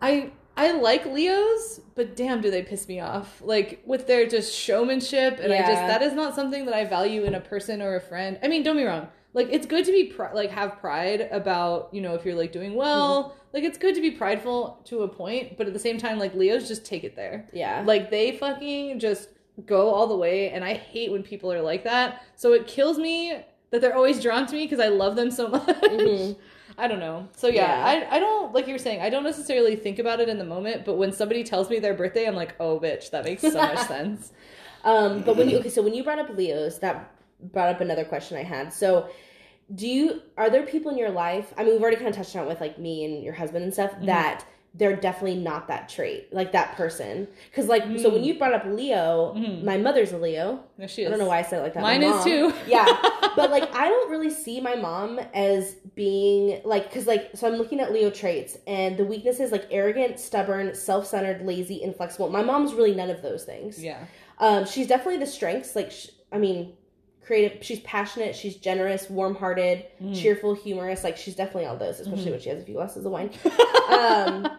Speaker 1: I I like Leos, but damn, do they piss me off? Like with their just showmanship, and I just
Speaker 2: Yeah.
Speaker 1: that is not something that I value in a person or a friend. I mean, don't be wrong. Like it's good to be pr- like have pride about you know if you're like doing well.
Speaker 2: Mm-hmm.
Speaker 1: Like it's good to be prideful to a point, but at the same time, like Leos just take it there.
Speaker 2: Yeah.
Speaker 1: Like they fucking just go all the way, and I hate when people are like that. So it kills me that they're always drawn to me because I love them so much.
Speaker 2: Mhm.
Speaker 1: I don't know. So yeah,
Speaker 2: Yeah.
Speaker 1: I I don't like you were saying. I don't necessarily think about it in the moment, but when somebody tells me their birthday, I'm like, oh bitch, that makes so much sense.
Speaker 2: Um, but when
Speaker 1: Mm-hmm.
Speaker 2: you okay, so when you brought up Leos, that brought up another question I had. So, do you are there people in your life? I mean, we've already kind of touched on it with like me and your husband and
Speaker 1: Mm-hmm.
Speaker 2: stuff that they're definitely not that trait, like that person. Because like, so
Speaker 1: Mm.
Speaker 2: when you brought up Leo,
Speaker 1: Mhm.
Speaker 2: my mother's a Leo.
Speaker 1: No, she is.
Speaker 2: I don't know why I said it like that. My
Speaker 1: Mine is
Speaker 2: mom-
Speaker 1: too.
Speaker 2: yeah, but like I don't really see my mom as being like because like so I'm looking at Leo traits and the weaknesses like arrogant, stubborn, self-centered, lazy, inflexible. My mom's really none of those things.
Speaker 1: yeah.
Speaker 2: Um, she's definitely the strengths. Like, sh- I mean, creative. She's passionate. She's generous, warm-hearted,
Speaker 1: Mm.
Speaker 2: cheerful, humorous. Like, she's definitely all those, especially
Speaker 1: Mm-hmm.
Speaker 2: when she has a few glasses of wine. um,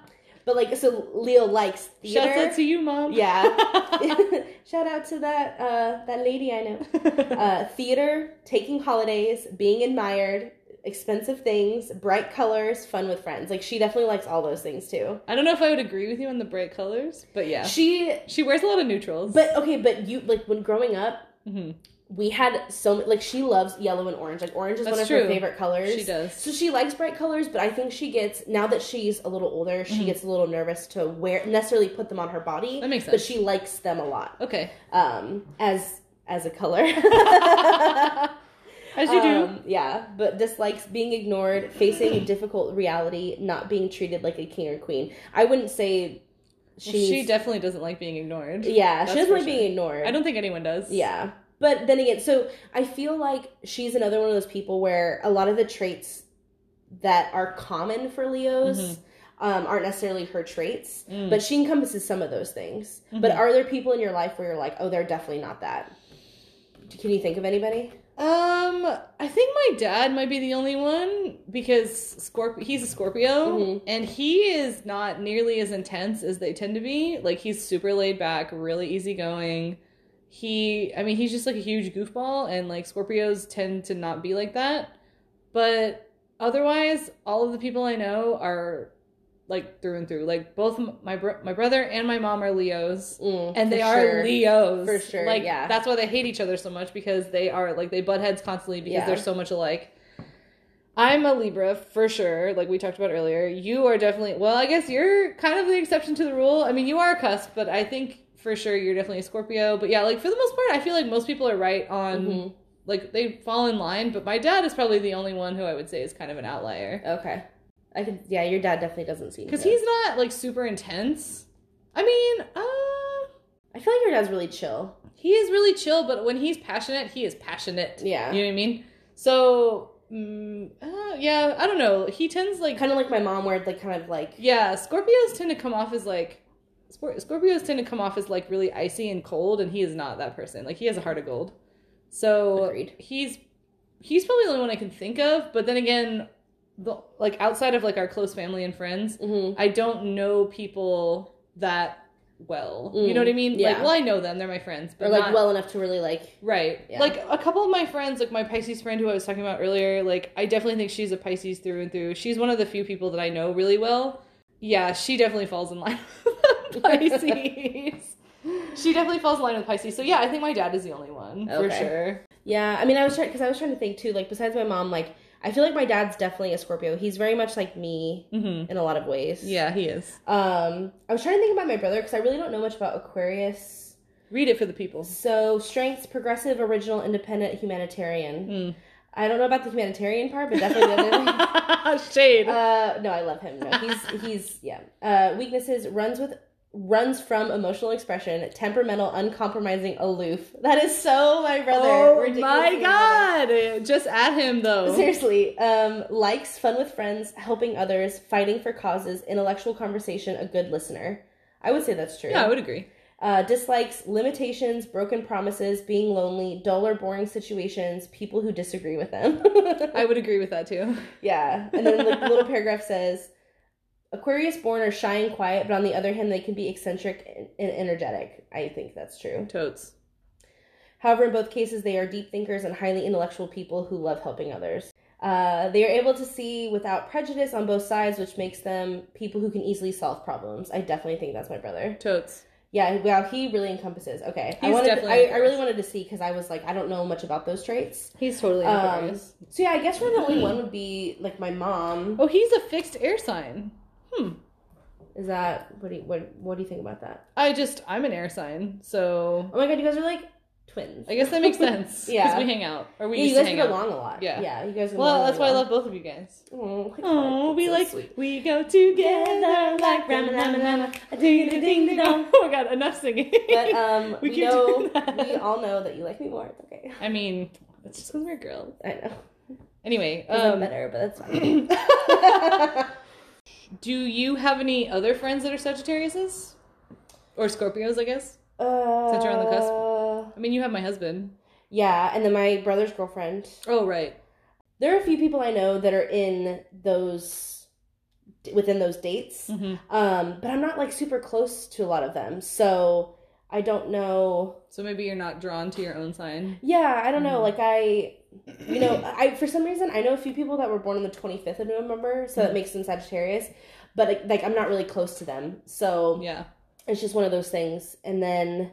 Speaker 2: but like, so Leo likes theater.
Speaker 1: Shouts out to you, mom.
Speaker 2: yeah. Shout out to that uh, that lady I know. Uh, theater, taking holidays, being admired, expensive things, bright colors, fun with friends. Like, she definitely likes all those things too.
Speaker 1: I don't know if I would agree with you on the bright colors, but yeah,
Speaker 2: She,
Speaker 1: she wears a lot of neutrals.
Speaker 2: but okay, but you like when growing up.
Speaker 1: Mhm.
Speaker 2: we had so many, like she loves yellow and orange. Like orange is one
Speaker 1: That's
Speaker 2: of her
Speaker 1: true.
Speaker 2: favorite colors.
Speaker 1: She does.
Speaker 2: So she likes bright colors, but I think she gets now that she's a little older, she gets a little nervous to wear necessarily put them on her body.
Speaker 1: Mm-hmm. That makes
Speaker 2: But
Speaker 1: sense.
Speaker 2: she likes them a lot.
Speaker 1: okay,
Speaker 2: Um as as a color.
Speaker 1: as you do.
Speaker 2: Um, yeah, but dislikes being ignored, facing difficult reality, not being treated like a king or queen. I wouldn't say she's
Speaker 1: She definitely doesn't like being ignored.
Speaker 2: yeah,
Speaker 1: That's
Speaker 2: she doesn't
Speaker 1: for
Speaker 2: like
Speaker 1: sure.
Speaker 2: being ignored.
Speaker 1: I don't think anyone does.
Speaker 2: Yeah. But then again, so I feel like she's another one of those people where a lot of the traits that are common for Leos um, aren't necessarily her traits,
Speaker 1: Mm-hmm. Mm. Mm-hmm.
Speaker 2: but she encompasses some of those things. But are there people in your life where you're like, oh, they're definitely not that? Can you think of anybody?
Speaker 1: Um, I think my dad might be the only one because Scorp- he's a Scorpio
Speaker 2: Mhm.
Speaker 1: and he is not nearly as intense as they tend to be. Like he's super laid back, really easygoing. He I mean, he's just like a huge goofball and like Scorpios tend to not be like that. But otherwise, all of the people I know are like through and through. Like both m- my bro- my brother and my mom are Leos
Speaker 2: Mm,
Speaker 1: and
Speaker 2: for
Speaker 1: they are
Speaker 2: sure.
Speaker 1: Leos
Speaker 2: For sure,
Speaker 1: Like
Speaker 2: yeah.
Speaker 1: that's why they hate each other so much because they are like they butt heads constantly because
Speaker 2: Yeah.
Speaker 1: they're so much alike. I'm a Libra for sure, like we talked about earlier. You are definitely well, I guess you're kind of the exception to the rule. I mean, you are a cusp, but I think for sure you're definitely a Scorpio. But yeah, like for the most part, I feel like most people are right on
Speaker 2: Mhm.
Speaker 1: like they fall in line. But my dad is probably the only one who I would say is kind of an outlier
Speaker 2: Okay. I could, yeah, your dad definitely doesn't seem
Speaker 1: because
Speaker 2: to.
Speaker 1: he's not like super intense. I mean, uh,
Speaker 2: I feel like your dad's really chill.
Speaker 1: he is really chill, but when he's passionate, he is passionate.
Speaker 2: Yeah.
Speaker 1: You know what I mean? So, mm, uh, yeah, I don't know. He tends like,
Speaker 2: Kind of like my mom, where it's like kind of like,
Speaker 1: yeah, Scorpios tend to come off as like, Scor- Scorpios tend to come off as like really icy and cold, and he is not that person. Like, he has a heart of gold. So,
Speaker 2: Agreed.
Speaker 1: he's he's probably the only one I can think of, but then again, the, like outside of like our close family and friends,
Speaker 2: mhm.
Speaker 1: I don't know people that well. You
Speaker 2: Mm,
Speaker 1: know what I mean? Like,
Speaker 2: yeah.
Speaker 1: well, I know them; they're my friends, but
Speaker 2: or like
Speaker 1: not-
Speaker 2: well enough to really like,
Speaker 1: Right.
Speaker 2: Yeah.
Speaker 1: Like a couple of my friends, like my Pisces friend who I was talking about earlier, like I definitely think she's a Pisces through and through. She's one of the few people that I know really well. Yeah, she definitely falls in line with Pisces. she definitely falls in line with Pisces. So yeah, I think my dad is the only one for
Speaker 2: Okay.
Speaker 1: sure.
Speaker 2: Yeah, I mean, I was trying because I was trying to think too. Like, besides my mom, like I feel like my dad's definitely a Scorpio. He's very much like me
Speaker 1: Mm-hmm.
Speaker 2: in a lot of ways.
Speaker 1: Yeah, he is.
Speaker 2: Um, I was trying to think about my brother because I really don't know much about Aquarius.
Speaker 1: Read it for the people.
Speaker 2: So strengths: progressive, original, independent, humanitarian.
Speaker 1: Mm.
Speaker 2: I don't know about the humanitarian part, but definitely the other.
Speaker 1: Shade.
Speaker 2: Uh, no, I love him. No, he's he's yeah. Uh, weaknesses: runs with runs from emotional expression, temperamental, uncompromising, aloof. That is so my brother.
Speaker 1: oh
Speaker 2: Ridiculously
Speaker 1: my
Speaker 2: my brother.
Speaker 1: God, just at him though.
Speaker 2: Seriously, um, likes, fun with friends, helping others, fighting for causes, intellectual conversation, a good listener. I would say that's true.
Speaker 1: Yeah, I would agree.
Speaker 2: Uh, dislikes, limitations, broken promises, being lonely, dull or boring situations, people who disagree with them.
Speaker 1: I would agree with that too.
Speaker 2: yeah. And then the little paragraph says Aquarius born are shy and quiet, but on the other hand, they can be eccentric and- and energetic. I think that's true.
Speaker 1: Totes.
Speaker 2: However, in both cases, they are deep thinkers and highly intellectual people who love helping others. Uh, they are able to see without prejudice on both sides, which makes them people who can easily solve problems. I definitely think that's my brother.
Speaker 1: Totes.
Speaker 2: Yeah, wow, he really encompasses. Okay, I
Speaker 1: He's
Speaker 2: wanted,
Speaker 1: definitely
Speaker 2: I, I
Speaker 1: Aquarius.
Speaker 2: really wanted to see because I was like, I don't know much about those traits.
Speaker 1: He's totally
Speaker 2: Um,
Speaker 1: Aquarius.
Speaker 2: So yeah, I guess really the only one would be like my mom.
Speaker 1: oh, he's a fixed air sign. Hmm.
Speaker 2: Is that what? Do you, what? What do you think about that?
Speaker 1: I just I'm an air sign, so
Speaker 2: Oh my god, you guys are like twins.
Speaker 1: I guess that makes sense.
Speaker 2: Yeah.
Speaker 1: because we hang out or we
Speaker 2: yeah,
Speaker 1: used
Speaker 2: you
Speaker 1: to
Speaker 2: guys
Speaker 1: hang
Speaker 2: get
Speaker 1: out.
Speaker 2: along a lot.
Speaker 1: Yeah.
Speaker 2: yeah, you guys. get
Speaker 1: Well,
Speaker 2: along
Speaker 1: that's why
Speaker 2: really
Speaker 1: I
Speaker 2: well.
Speaker 1: love both of you guys.
Speaker 2: Oh, my
Speaker 1: Oh,
Speaker 2: God,
Speaker 1: we
Speaker 2: that's
Speaker 1: like
Speaker 2: so sweet.
Speaker 1: we go together like rama rama rama. I ding ding ding ding dong. Oh my god, enough singing.
Speaker 2: But um, we,
Speaker 1: We keep
Speaker 2: know
Speaker 1: doing that.
Speaker 2: we all know that you like me more. It's okay.
Speaker 1: I mean, it's just because we're girls.
Speaker 2: I know.
Speaker 1: Anyway,
Speaker 2: I'm
Speaker 1: um,
Speaker 2: better, but that's fine.
Speaker 1: do you have any other friends that are Sagittariuses or Scorpios? I guess.
Speaker 2: Since
Speaker 1: you're on the cusp. I mean, you have my husband.
Speaker 2: Uh, Yeah, and then my brother's girlfriend.
Speaker 1: Oh right.
Speaker 2: There are a few people I know that are in those within those dates,
Speaker 1: hmm
Speaker 2: um, but I'm not like super close to a lot of them, so I don't know.
Speaker 1: So maybe you're not drawn to your own sign.
Speaker 2: Yeah, I don't know.
Speaker 1: Mhm.
Speaker 2: Like I, you know, I for some reason I know a few people that were born on the 25th of November, so that
Speaker 1: Mhm.
Speaker 2: makes them Sagittarius. But like, like, I'm not really close to them, so
Speaker 1: Yeah.
Speaker 2: it's just one of those things. And then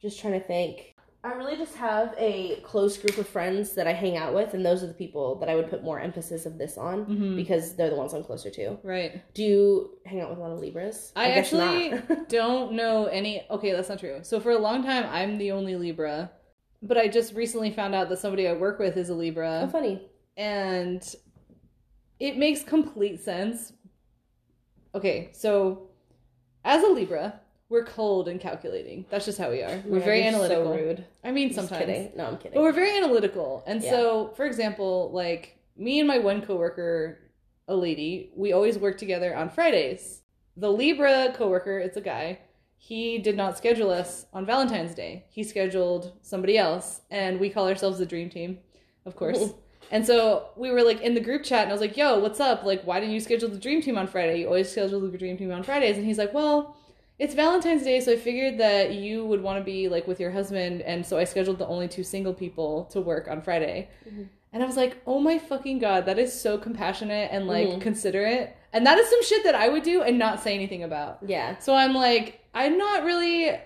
Speaker 2: just trying to think. I really just have a close group of friends that I hang out with, and those are the people that I would put more emphasis of this on
Speaker 1: hmm
Speaker 2: because they're the ones I'm closer to.
Speaker 1: Right.
Speaker 2: Do you hang out with a lot of Libras?
Speaker 1: I
Speaker 2: guess
Speaker 1: actually
Speaker 2: not.
Speaker 1: don't know any. Okay, that's not true. So for a long time, I'm the only Libra, but I just recently found out that somebody I work with is a
Speaker 2: How
Speaker 1: Libra,
Speaker 2: Oh, funny.
Speaker 1: and it makes complete sense. Okay, so as a Libra, we're cold and calculating. That's just how we are. We're
Speaker 2: Yeah,
Speaker 1: very
Speaker 2: you're so
Speaker 1: analytical.
Speaker 2: rude.
Speaker 1: I mean,
Speaker 2: Just
Speaker 1: sometimes.
Speaker 2: kidding. No, I'm kidding.
Speaker 1: But we're very analytical. And
Speaker 2: Yeah.
Speaker 1: so, for example, like me and my one coworker, a lady, we always work together on Fridays. The Libra coworker, it's a guy, he did not schedule us on Valentine's Day. He scheduled somebody else, and we call ourselves the dream team, of course. and so we were like in the group chat, and I was like, yo, what's up? Like, why didn't you schedule the dream team on Friday? You always schedule the dream team on Fridays. And he's like, well, it's Valentine's Day, so I figured that you would want to be like with your husband, and so I scheduled the only two single people to work on Friday.
Speaker 2: Mhm.
Speaker 1: And I was like, oh my fucking god, that is so compassionate and like
Speaker 2: Mhm.
Speaker 1: considerate. And that is some shit that I would do and not say anything about.
Speaker 2: yeah.
Speaker 1: So I'm like, I'm not really.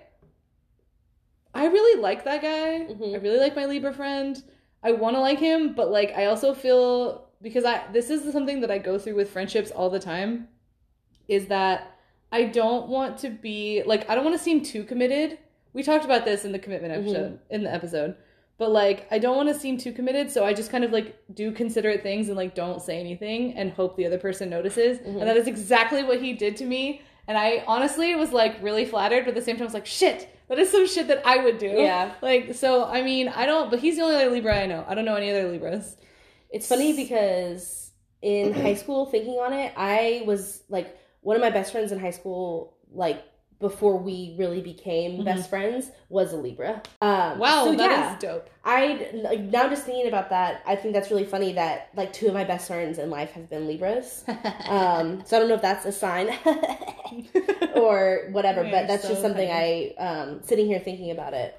Speaker 1: I really like that guy.
Speaker 2: Mhm.
Speaker 1: I really like my Libra friend. I want to like him, but like I also feel because I this is something that I go through with friendships all the time is that I don't want to be like I don't want to seem too committed. We talked about this in the commitment
Speaker 2: Mhm.
Speaker 1: episode in the episode. But like I don't want to seem too committed, so I just kind of like do considerate things and like don't say anything and hope the other person notices.
Speaker 2: Mhm.
Speaker 1: And that is exactly what he did to me. And I honestly was like really flattered, but at the same time I was like, shit, that is some shit that I would do.
Speaker 2: Yeah.
Speaker 1: Like, so I mean, I don't, but he's the only other Libra I know. I don't know any other Libras.
Speaker 2: It's funny because in high school, thinking on it, I was like one of my best friends in high school, like before we really became best friends, was a Libra. Um,
Speaker 1: Mm-hmm. Wow, that
Speaker 2: so
Speaker 1: is
Speaker 2: yeah,
Speaker 1: dope.
Speaker 2: I like, now just thinking about that, I think that's really funny that like two of my best friends in life have been Libras. um, so I don't know if that's a sign or whatever,
Speaker 1: We are
Speaker 2: but that's just
Speaker 1: so
Speaker 2: something I um, sitting here thinking about it.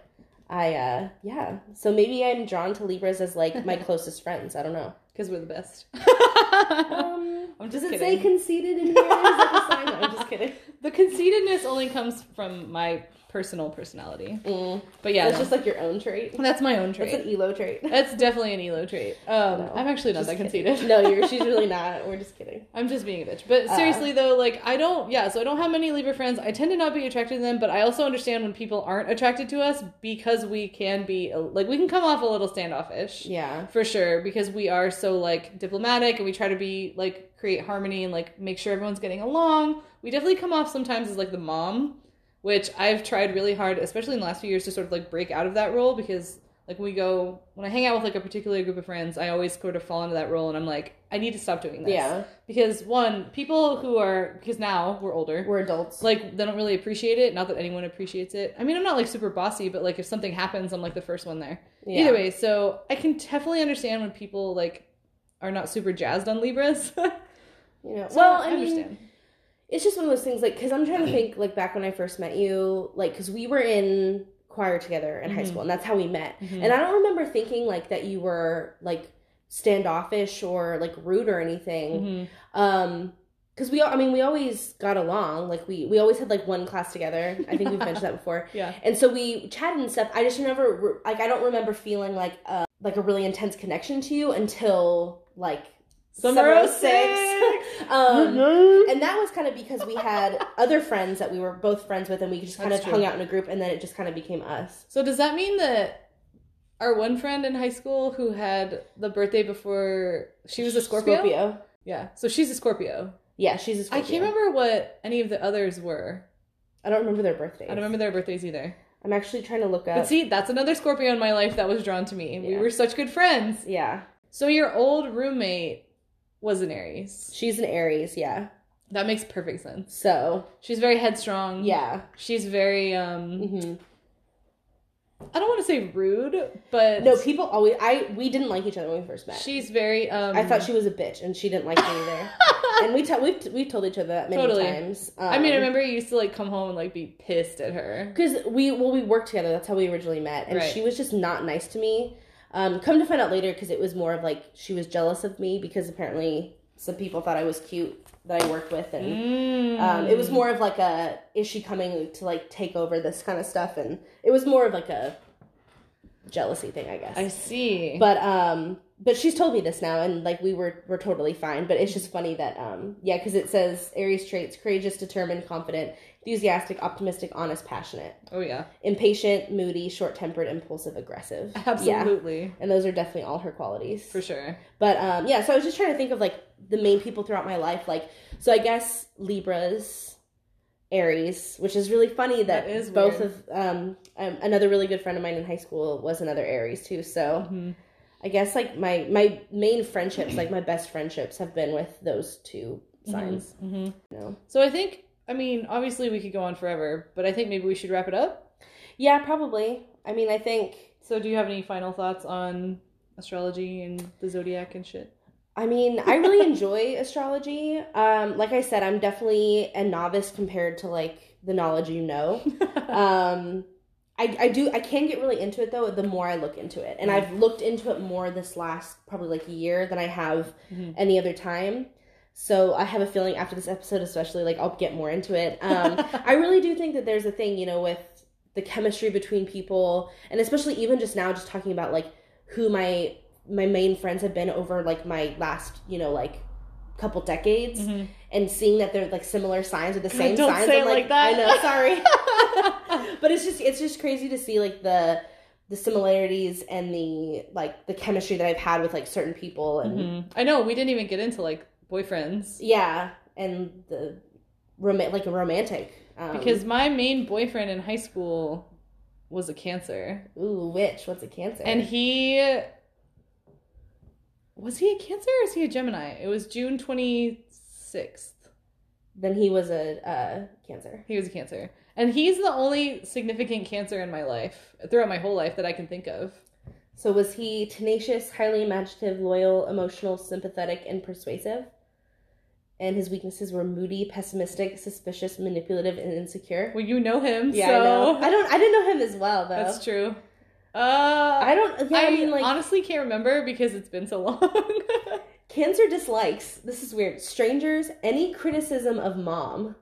Speaker 2: I uh yeah. So maybe I'm drawn to Libras as like my closest friends. I don't know.
Speaker 1: Because we're the best.
Speaker 2: Um,
Speaker 1: I'm
Speaker 2: does
Speaker 1: just
Speaker 2: it
Speaker 1: kidding.
Speaker 2: say conceited in here? Is that a sign? No, I'm just kidding.
Speaker 1: the conceitedness only comes from my personal personality.
Speaker 2: Mm.
Speaker 1: But yeah,
Speaker 2: that's
Speaker 1: that's,
Speaker 2: just like your own trait.
Speaker 1: that's my own
Speaker 2: That's
Speaker 1: trait.
Speaker 2: an elo trait.
Speaker 1: That's definitely an Elo trait. Um,
Speaker 2: No,
Speaker 1: I'm actually not
Speaker 2: Just
Speaker 1: that
Speaker 2: kidding.
Speaker 1: conceited.
Speaker 2: no, you're, she's really not. We're just kidding.
Speaker 1: I'm just being a bitch. But seriously, though, like, I don't, yeah, so I don't have many Libra friends. I tend to not be attracted to them, but I also understand when people aren't attracted to us because we can be, a- like, we can come off a little standoffish.
Speaker 2: Yeah.
Speaker 1: for sure because we are so like diplomatic and we try to be like create harmony and like make sure everyone's getting along we definitely come off sometimes as like the mom which i've tried really hard especially in the last few years to sort of like break out of that role because like when we go when I hang out with like a particular group of friends, I always sort of fall into that role, and I'm like, I need to stop doing this.
Speaker 2: Yeah.
Speaker 1: Because one, people who are because now we're older,
Speaker 2: We're adults.
Speaker 1: like they don't really appreciate it. Not that anyone appreciates it. I mean, I'm not like super bossy, but like if something happens, I'm like the first one there.
Speaker 2: Yeah.
Speaker 1: Either way, so I can definitely understand when people like are not super jazzed on Libras. So,
Speaker 2: You know. well, I, mean,
Speaker 1: understand. Mm.
Speaker 2: it's just one of those things like because i'm trying to think like back when i first met you like because we were in choir together in high
Speaker 1: Mhm.
Speaker 2: school and that's how we met
Speaker 1: Mhm.
Speaker 2: and i don't remember thinking like that you were like standoffish or like rude or anything
Speaker 1: Mhm.
Speaker 2: Um 'cause because we all i mean we always got along like we we always had like one class together i think we've mentioned that before
Speaker 1: Yeah.
Speaker 2: and so we chatted and stuff i just never re- like i don't remember feeling like uh like a really intense connection to you until like
Speaker 1: Summer
Speaker 2: of
Speaker 1: of six.
Speaker 2: um and that was kind of because we had other friends that we were both friends with, and we just kind
Speaker 1: That's
Speaker 2: of
Speaker 1: true.
Speaker 2: hung out in a group, and then it just kind of became us.
Speaker 1: So does that mean that our one friend in high school who had the birthday before she was a Scorpio? Yeah. So she's a Scorpio.
Speaker 2: Yeah, she's a Scorpio.
Speaker 1: I can't remember what any of the others were.
Speaker 2: I don't remember their birthdays.
Speaker 1: I don't remember their birthdays either.
Speaker 2: I'm actually trying to look up.
Speaker 1: But see, that's another Scorpio in my life that was drawn to me. We
Speaker 2: Yeah.
Speaker 1: were such good friends.
Speaker 2: yeah,
Speaker 1: So your old roommate was an Aries.
Speaker 2: she's an Aries. Yeah.
Speaker 1: That makes perfect sense.
Speaker 2: So
Speaker 1: She's very headstrong.
Speaker 2: yeah.
Speaker 1: She's very um
Speaker 2: hmm
Speaker 1: I don't want to say rude, but
Speaker 2: No, people always. I we didn't like each other when we first met.
Speaker 1: she's very um
Speaker 2: I thought she was a bitch, and she didn't like me either. and we t- we've we've told each other that many
Speaker 1: Totally.
Speaker 2: times. Um,
Speaker 1: I mean, I remember you used to like come home and like be pissed at her.
Speaker 2: because we well we worked together that's how we originally met and
Speaker 1: Right.
Speaker 2: she was just not nice to me um come to find out later because it was more of like she was jealous of me because apparently some people thought i was cute that i worked with and
Speaker 1: Mm.
Speaker 2: um, it was more of like a is she coming to like take over this kind of stuff and it was more of like a jealousy thing i guess
Speaker 1: I see.
Speaker 2: but um but she's told me this now and like we were we're totally fine but it's just funny that um yeah because it says aries traits courageous determined confident enthusiastic optimistic honest passionate
Speaker 1: oh yeah,
Speaker 2: impatient, moody, short-tempered, impulsive, aggressive. Yeah.
Speaker 1: absolutely
Speaker 2: And those are definitely all her qualities.
Speaker 1: for sure.
Speaker 2: But um yeah, so I was just trying to think of like the main people throughout my life like so I guess Libras, Aries, which is really funny that,
Speaker 1: That is
Speaker 2: both
Speaker 1: weird.
Speaker 2: of um um, another really good friend of mine in high school was another Aries too. So
Speaker 1: Mhm.
Speaker 2: I guess like my my main friendships, like my best friendships have been with those two signs,
Speaker 1: Mhm.
Speaker 2: you know.
Speaker 1: So I think, I mean, obviously we could go on forever, but I think maybe we should wrap it up.
Speaker 2: Yeah, probably. I mean, I think
Speaker 1: So do you have any final thoughts on astrology and the zodiac and shit?
Speaker 2: I mean, I really enjoy astrology. Um, like I said, I'm definitely a novice compared to like the knowledge you know. Um, I, I do I can get really into it though the more I look into it, and I've looked into it more this last probably like year than I have
Speaker 1: Mhm.
Speaker 2: any other time. So I have a feeling after this episode, especially like I'll get more into it. Um, I really do think that there's a thing, you know, with the chemistry between people, and especially even just now, just talking about like who my my main friends have been over like my last, you know, like couple decades,
Speaker 1: Mhm.
Speaker 2: and seeing that they're like similar signs or the
Speaker 1: God,
Speaker 2: same
Speaker 1: don't
Speaker 2: signs.
Speaker 1: say
Speaker 2: I'm
Speaker 1: it like that.
Speaker 2: I know. Sorry but it's just it's just crazy to see like the the similarities and the like the chemistry that I've had with like certain people and
Speaker 1: Mhm. I know we didn't even get into like boyfriends
Speaker 2: yeah and the roma- like a romantic um,
Speaker 1: because my main boyfriend in high school was a Cancer.
Speaker 2: ooh witch what's a cancer
Speaker 1: And he was he a Cancer or is he a Gemini? It was June twenty sixth.
Speaker 2: then he was a uh, cancer
Speaker 1: He was a Cancer, and he's the only significant Cancer in my life throughout my whole life that I can think of.
Speaker 2: so was he tenacious highly imaginative loyal emotional sympathetic and persuasive and his weaknesses were moody pessimistic suspicious manipulative and insecure
Speaker 1: Well, you know him,
Speaker 2: yeah
Speaker 1: so
Speaker 2: I, know. I don't I didn't know him as well though
Speaker 1: that's true. Uh,
Speaker 2: I don't yeah, I, mean like
Speaker 1: honestly can't remember because it's been so long.
Speaker 2: Cancer dislikes, this is weird, strangers, any criticism of mom,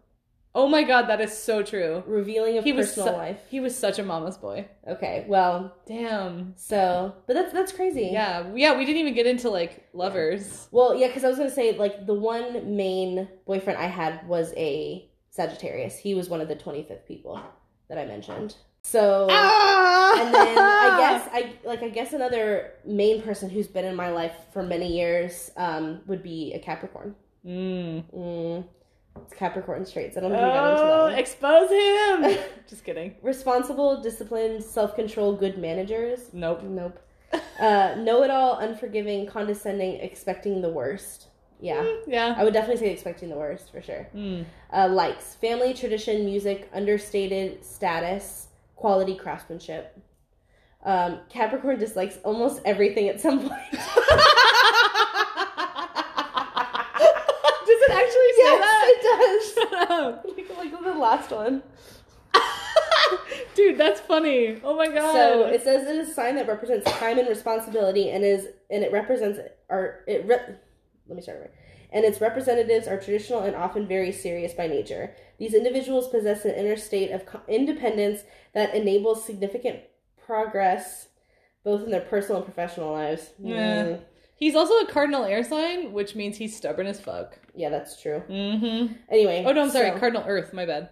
Speaker 1: oh my god, that is so true.
Speaker 2: revealing of
Speaker 1: He was
Speaker 2: personal
Speaker 1: su-
Speaker 2: life.
Speaker 1: He was such a mama's boy.
Speaker 2: Okay, well,
Speaker 1: Damn.
Speaker 2: so, but that's that's crazy.
Speaker 1: Yeah, yeah. We didn't even get into like lovers.
Speaker 2: Well, yeah, because I was gonna say like the one main boyfriend I had was a Sagittarius. He was one of the twenty fifth people that I mentioned. So.
Speaker 1: Ah!
Speaker 2: Oh. and then I guess I like I guess another main person who's been in my life for many years um, would be a Capricorn.
Speaker 1: Mm.
Speaker 2: Mm. It's Capricorn traits. I don't think we got into that.
Speaker 1: Oh,
Speaker 2: one.
Speaker 1: expose him! Just kidding.
Speaker 2: Responsible, disciplined, self controlled, good managers.
Speaker 1: Nope.
Speaker 2: Nope. Uh, know it all, unforgiving, condescending, expecting the worst. Yeah.
Speaker 1: Mm, yeah.
Speaker 2: I would definitely say expecting the worst for sure.
Speaker 1: Mm.
Speaker 2: Uh, likes family, tradition, music, understated status, quality craftsmanship. Um, Capricorn dislikes almost everything at some point.
Speaker 1: Does it actually say that?
Speaker 2: yes, it
Speaker 1: Shut up.
Speaker 2: does. like, like the last one.
Speaker 1: Dude, that's funny. Oh my god.
Speaker 2: So it says it is a sign that represents time and responsibility, and is and it represents our it. Re- let me start over. And its representatives are traditional and often very serious by nature. These individuals possess an inner state of co- independence that enables significant progress, both in their personal and professional lives.
Speaker 1: Yeah.
Speaker 2: Mm,
Speaker 1: He's also a cardinal air sign, which means he's stubborn as fuck.
Speaker 2: yeah, that's true.
Speaker 1: Mm-hmm.
Speaker 2: Anyway.
Speaker 1: Oh no, I'm sorry.
Speaker 2: so-
Speaker 1: cardinal Earth. My bad.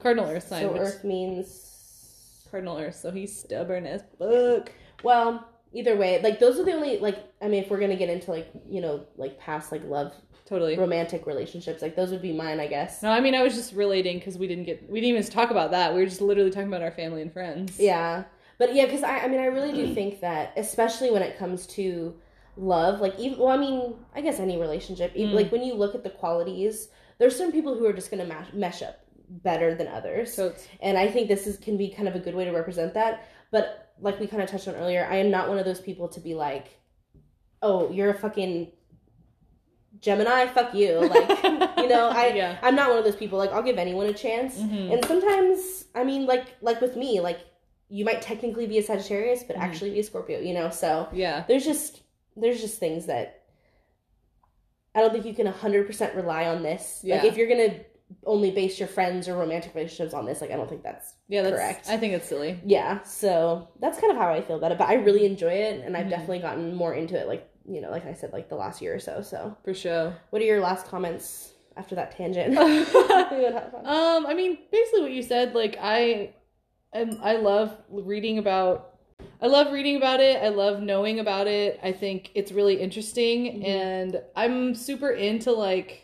Speaker 1: Cardinal Earth sign.
Speaker 2: so
Speaker 1: which,
Speaker 2: Earth means
Speaker 1: Cardinal Earth. So he's stubborn as fuck.
Speaker 2: well. Either way, like those are the only like I mean, if we're gonna get into like you know like past like love
Speaker 1: Totally.
Speaker 2: romantic relationships. Like those would be mine, I guess.
Speaker 1: No, I mean I was just relating because we didn't get we didn't even talk about that. We were just literally talking about our family and friends.
Speaker 2: Yeah, but yeah, because I, I mean, I really do think that, especially when it comes to love, like even well, I mean, I guess any relationship, even,
Speaker 1: Mm.
Speaker 2: like when you look at the qualities, there's certain people who are just gonna mash, mesh up better than others,
Speaker 1: So it's
Speaker 2: and I think this is can be kind of a good way to represent that. But like we kind of touched on earlier, I am not one of those people to be like, oh, you're a fucking Gemini, fuck you, like. you know, I
Speaker 1: Yeah.
Speaker 2: I'm not one of those people. Like I'll give anyone a chance.
Speaker 1: Mhm.
Speaker 2: And sometimes, I mean, like like with me, like you might technically be a Sagittarius, but
Speaker 1: Mhm.
Speaker 2: actually be a Scorpio. You know, so
Speaker 1: yeah.
Speaker 2: there's just there's just things that I don't think you can 100 percent rely on this.
Speaker 1: Yeah.
Speaker 2: Like if you're gonna only base your friends or romantic relationships on this, like I don't think that's
Speaker 1: Yeah, that's
Speaker 2: Correct.
Speaker 1: I think that's silly.
Speaker 2: yeah. So that's kind of how I feel about it. But I really enjoy it, and I've
Speaker 1: Mhm.
Speaker 2: definitely gotten more into it. Like you know, like I said, like the last year or so. So
Speaker 1: For sure.
Speaker 2: what are your last comments after that tangent? We would have fun.
Speaker 1: Um, I mean, basically what you said. Like, I, am, I love reading about. I love reading about it. I love knowing about it. I think it's really interesting,
Speaker 2: Mhm.
Speaker 1: and I'm super into like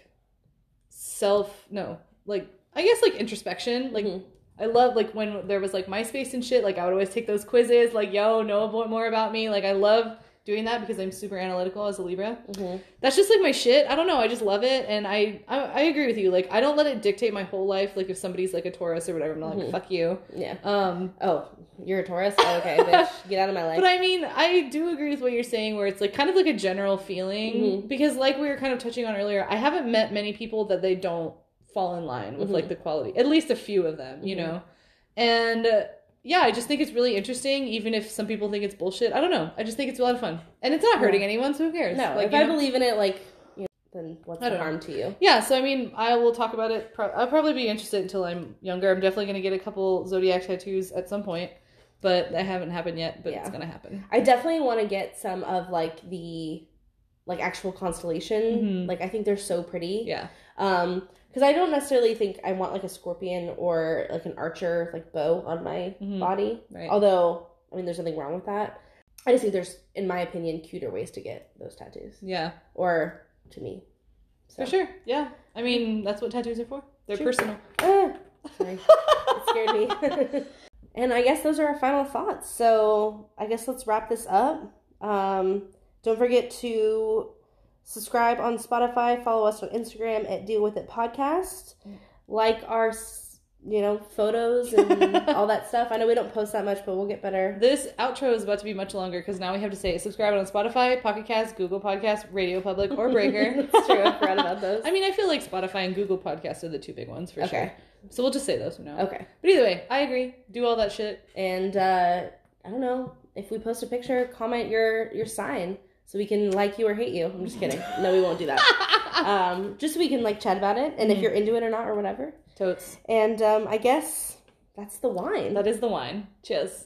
Speaker 1: self. No, like I guess like introspection. Like
Speaker 2: Mhm.
Speaker 1: I love like when there was like MySpace and shit. Like I would always take those quizzes. Like yo, know abo- more about me. Like I love doing that because I'm super analytical as a Libra.
Speaker 2: Mhm.
Speaker 1: that's just like my shit. I don't know. I just love it, and I, I I agree with you. Like I don't let it dictate my whole life. Like if somebody's like a Taurus or whatever, I'm not
Speaker 2: Mhm.
Speaker 1: like fuck you.
Speaker 2: Yeah.
Speaker 1: Um,
Speaker 2: Oh, you're a Taurus? Oh, okay, bitch. Get out of my life.
Speaker 1: but I mean, I do agree with what you're saying, where it's like kind of like a general feeling
Speaker 2: Mhm.
Speaker 1: because, like we were kind of touching on earlier, I haven't met many people that they don't fall in line with
Speaker 2: Mhm.
Speaker 1: like the quality. At least a few of them, you
Speaker 2: Mhm.
Speaker 1: know. And uh, yeah, I just think it's really interesting, even if some people think it's bullshit. I don't know. I just think it's a lot of fun, and it's not hurting anyone, so who cares?
Speaker 2: no,
Speaker 1: like
Speaker 2: if
Speaker 1: you
Speaker 2: I
Speaker 1: know?
Speaker 2: believe in it, like, you know, then what's
Speaker 1: I
Speaker 2: the
Speaker 1: don't
Speaker 2: harm to you?
Speaker 1: Yeah, so I mean, I will talk about it. Pro- I'll probably be interested until I'm younger. I'm definitely going to get a couple zodiac tattoos at some point, but that haven't happened yet. But it's
Speaker 2: Yeah.
Speaker 1: going to happen.
Speaker 2: I definitely want to get some of, like, the, like, actual constellation.
Speaker 1: Mhm.
Speaker 2: Like, I think they're so pretty.
Speaker 1: Yeah,
Speaker 2: Um, because I don't necessarily think I want, like, a scorpion or, like, an archer, like, bow on my
Speaker 1: Mhm.
Speaker 2: body.
Speaker 1: right.
Speaker 2: Although, I mean, there's nothing wrong with that. I just think there's, in my opinion, cuter ways to get those tattoos.
Speaker 1: yeah,
Speaker 2: Or, to me. So.
Speaker 1: for sure. Yeah, I mean, that's what tattoos are for. They're
Speaker 2: Sure.
Speaker 1: personal.
Speaker 2: Ah, sorry. it scared me. and I guess those are our final thoughts. So I guess let's wrap this up. Um, don't forget to subscribe on Spotify. Follow us on Instagram at Deal With It Podcast. Like our, s- you know, photos and all that stuff. I know we don't post that much, but we'll get better.
Speaker 1: This outro is about to be much longer because now we have to say subscribe on Spotify, Pocket Cast, Google Podcast, Radio Public, or Breaker.
Speaker 2: That's true. I forgot about those.
Speaker 1: I mean, I feel like Spotify and Google Podcasts are the two big ones for
Speaker 2: okay.
Speaker 1: sure. So we'll just say those for now.
Speaker 2: Okay.
Speaker 1: But either way, I agree. Do all that shit.
Speaker 2: And uh, I don't know if we post a picture, comment your your sign so we can like you or hate you. I'm just kidding. No, we won't do that. um, just so we can like chat about it and if you're into it or not or whatever.
Speaker 1: Totes.
Speaker 2: And um, I guess that's the wine.
Speaker 1: That is the wine. Cheers.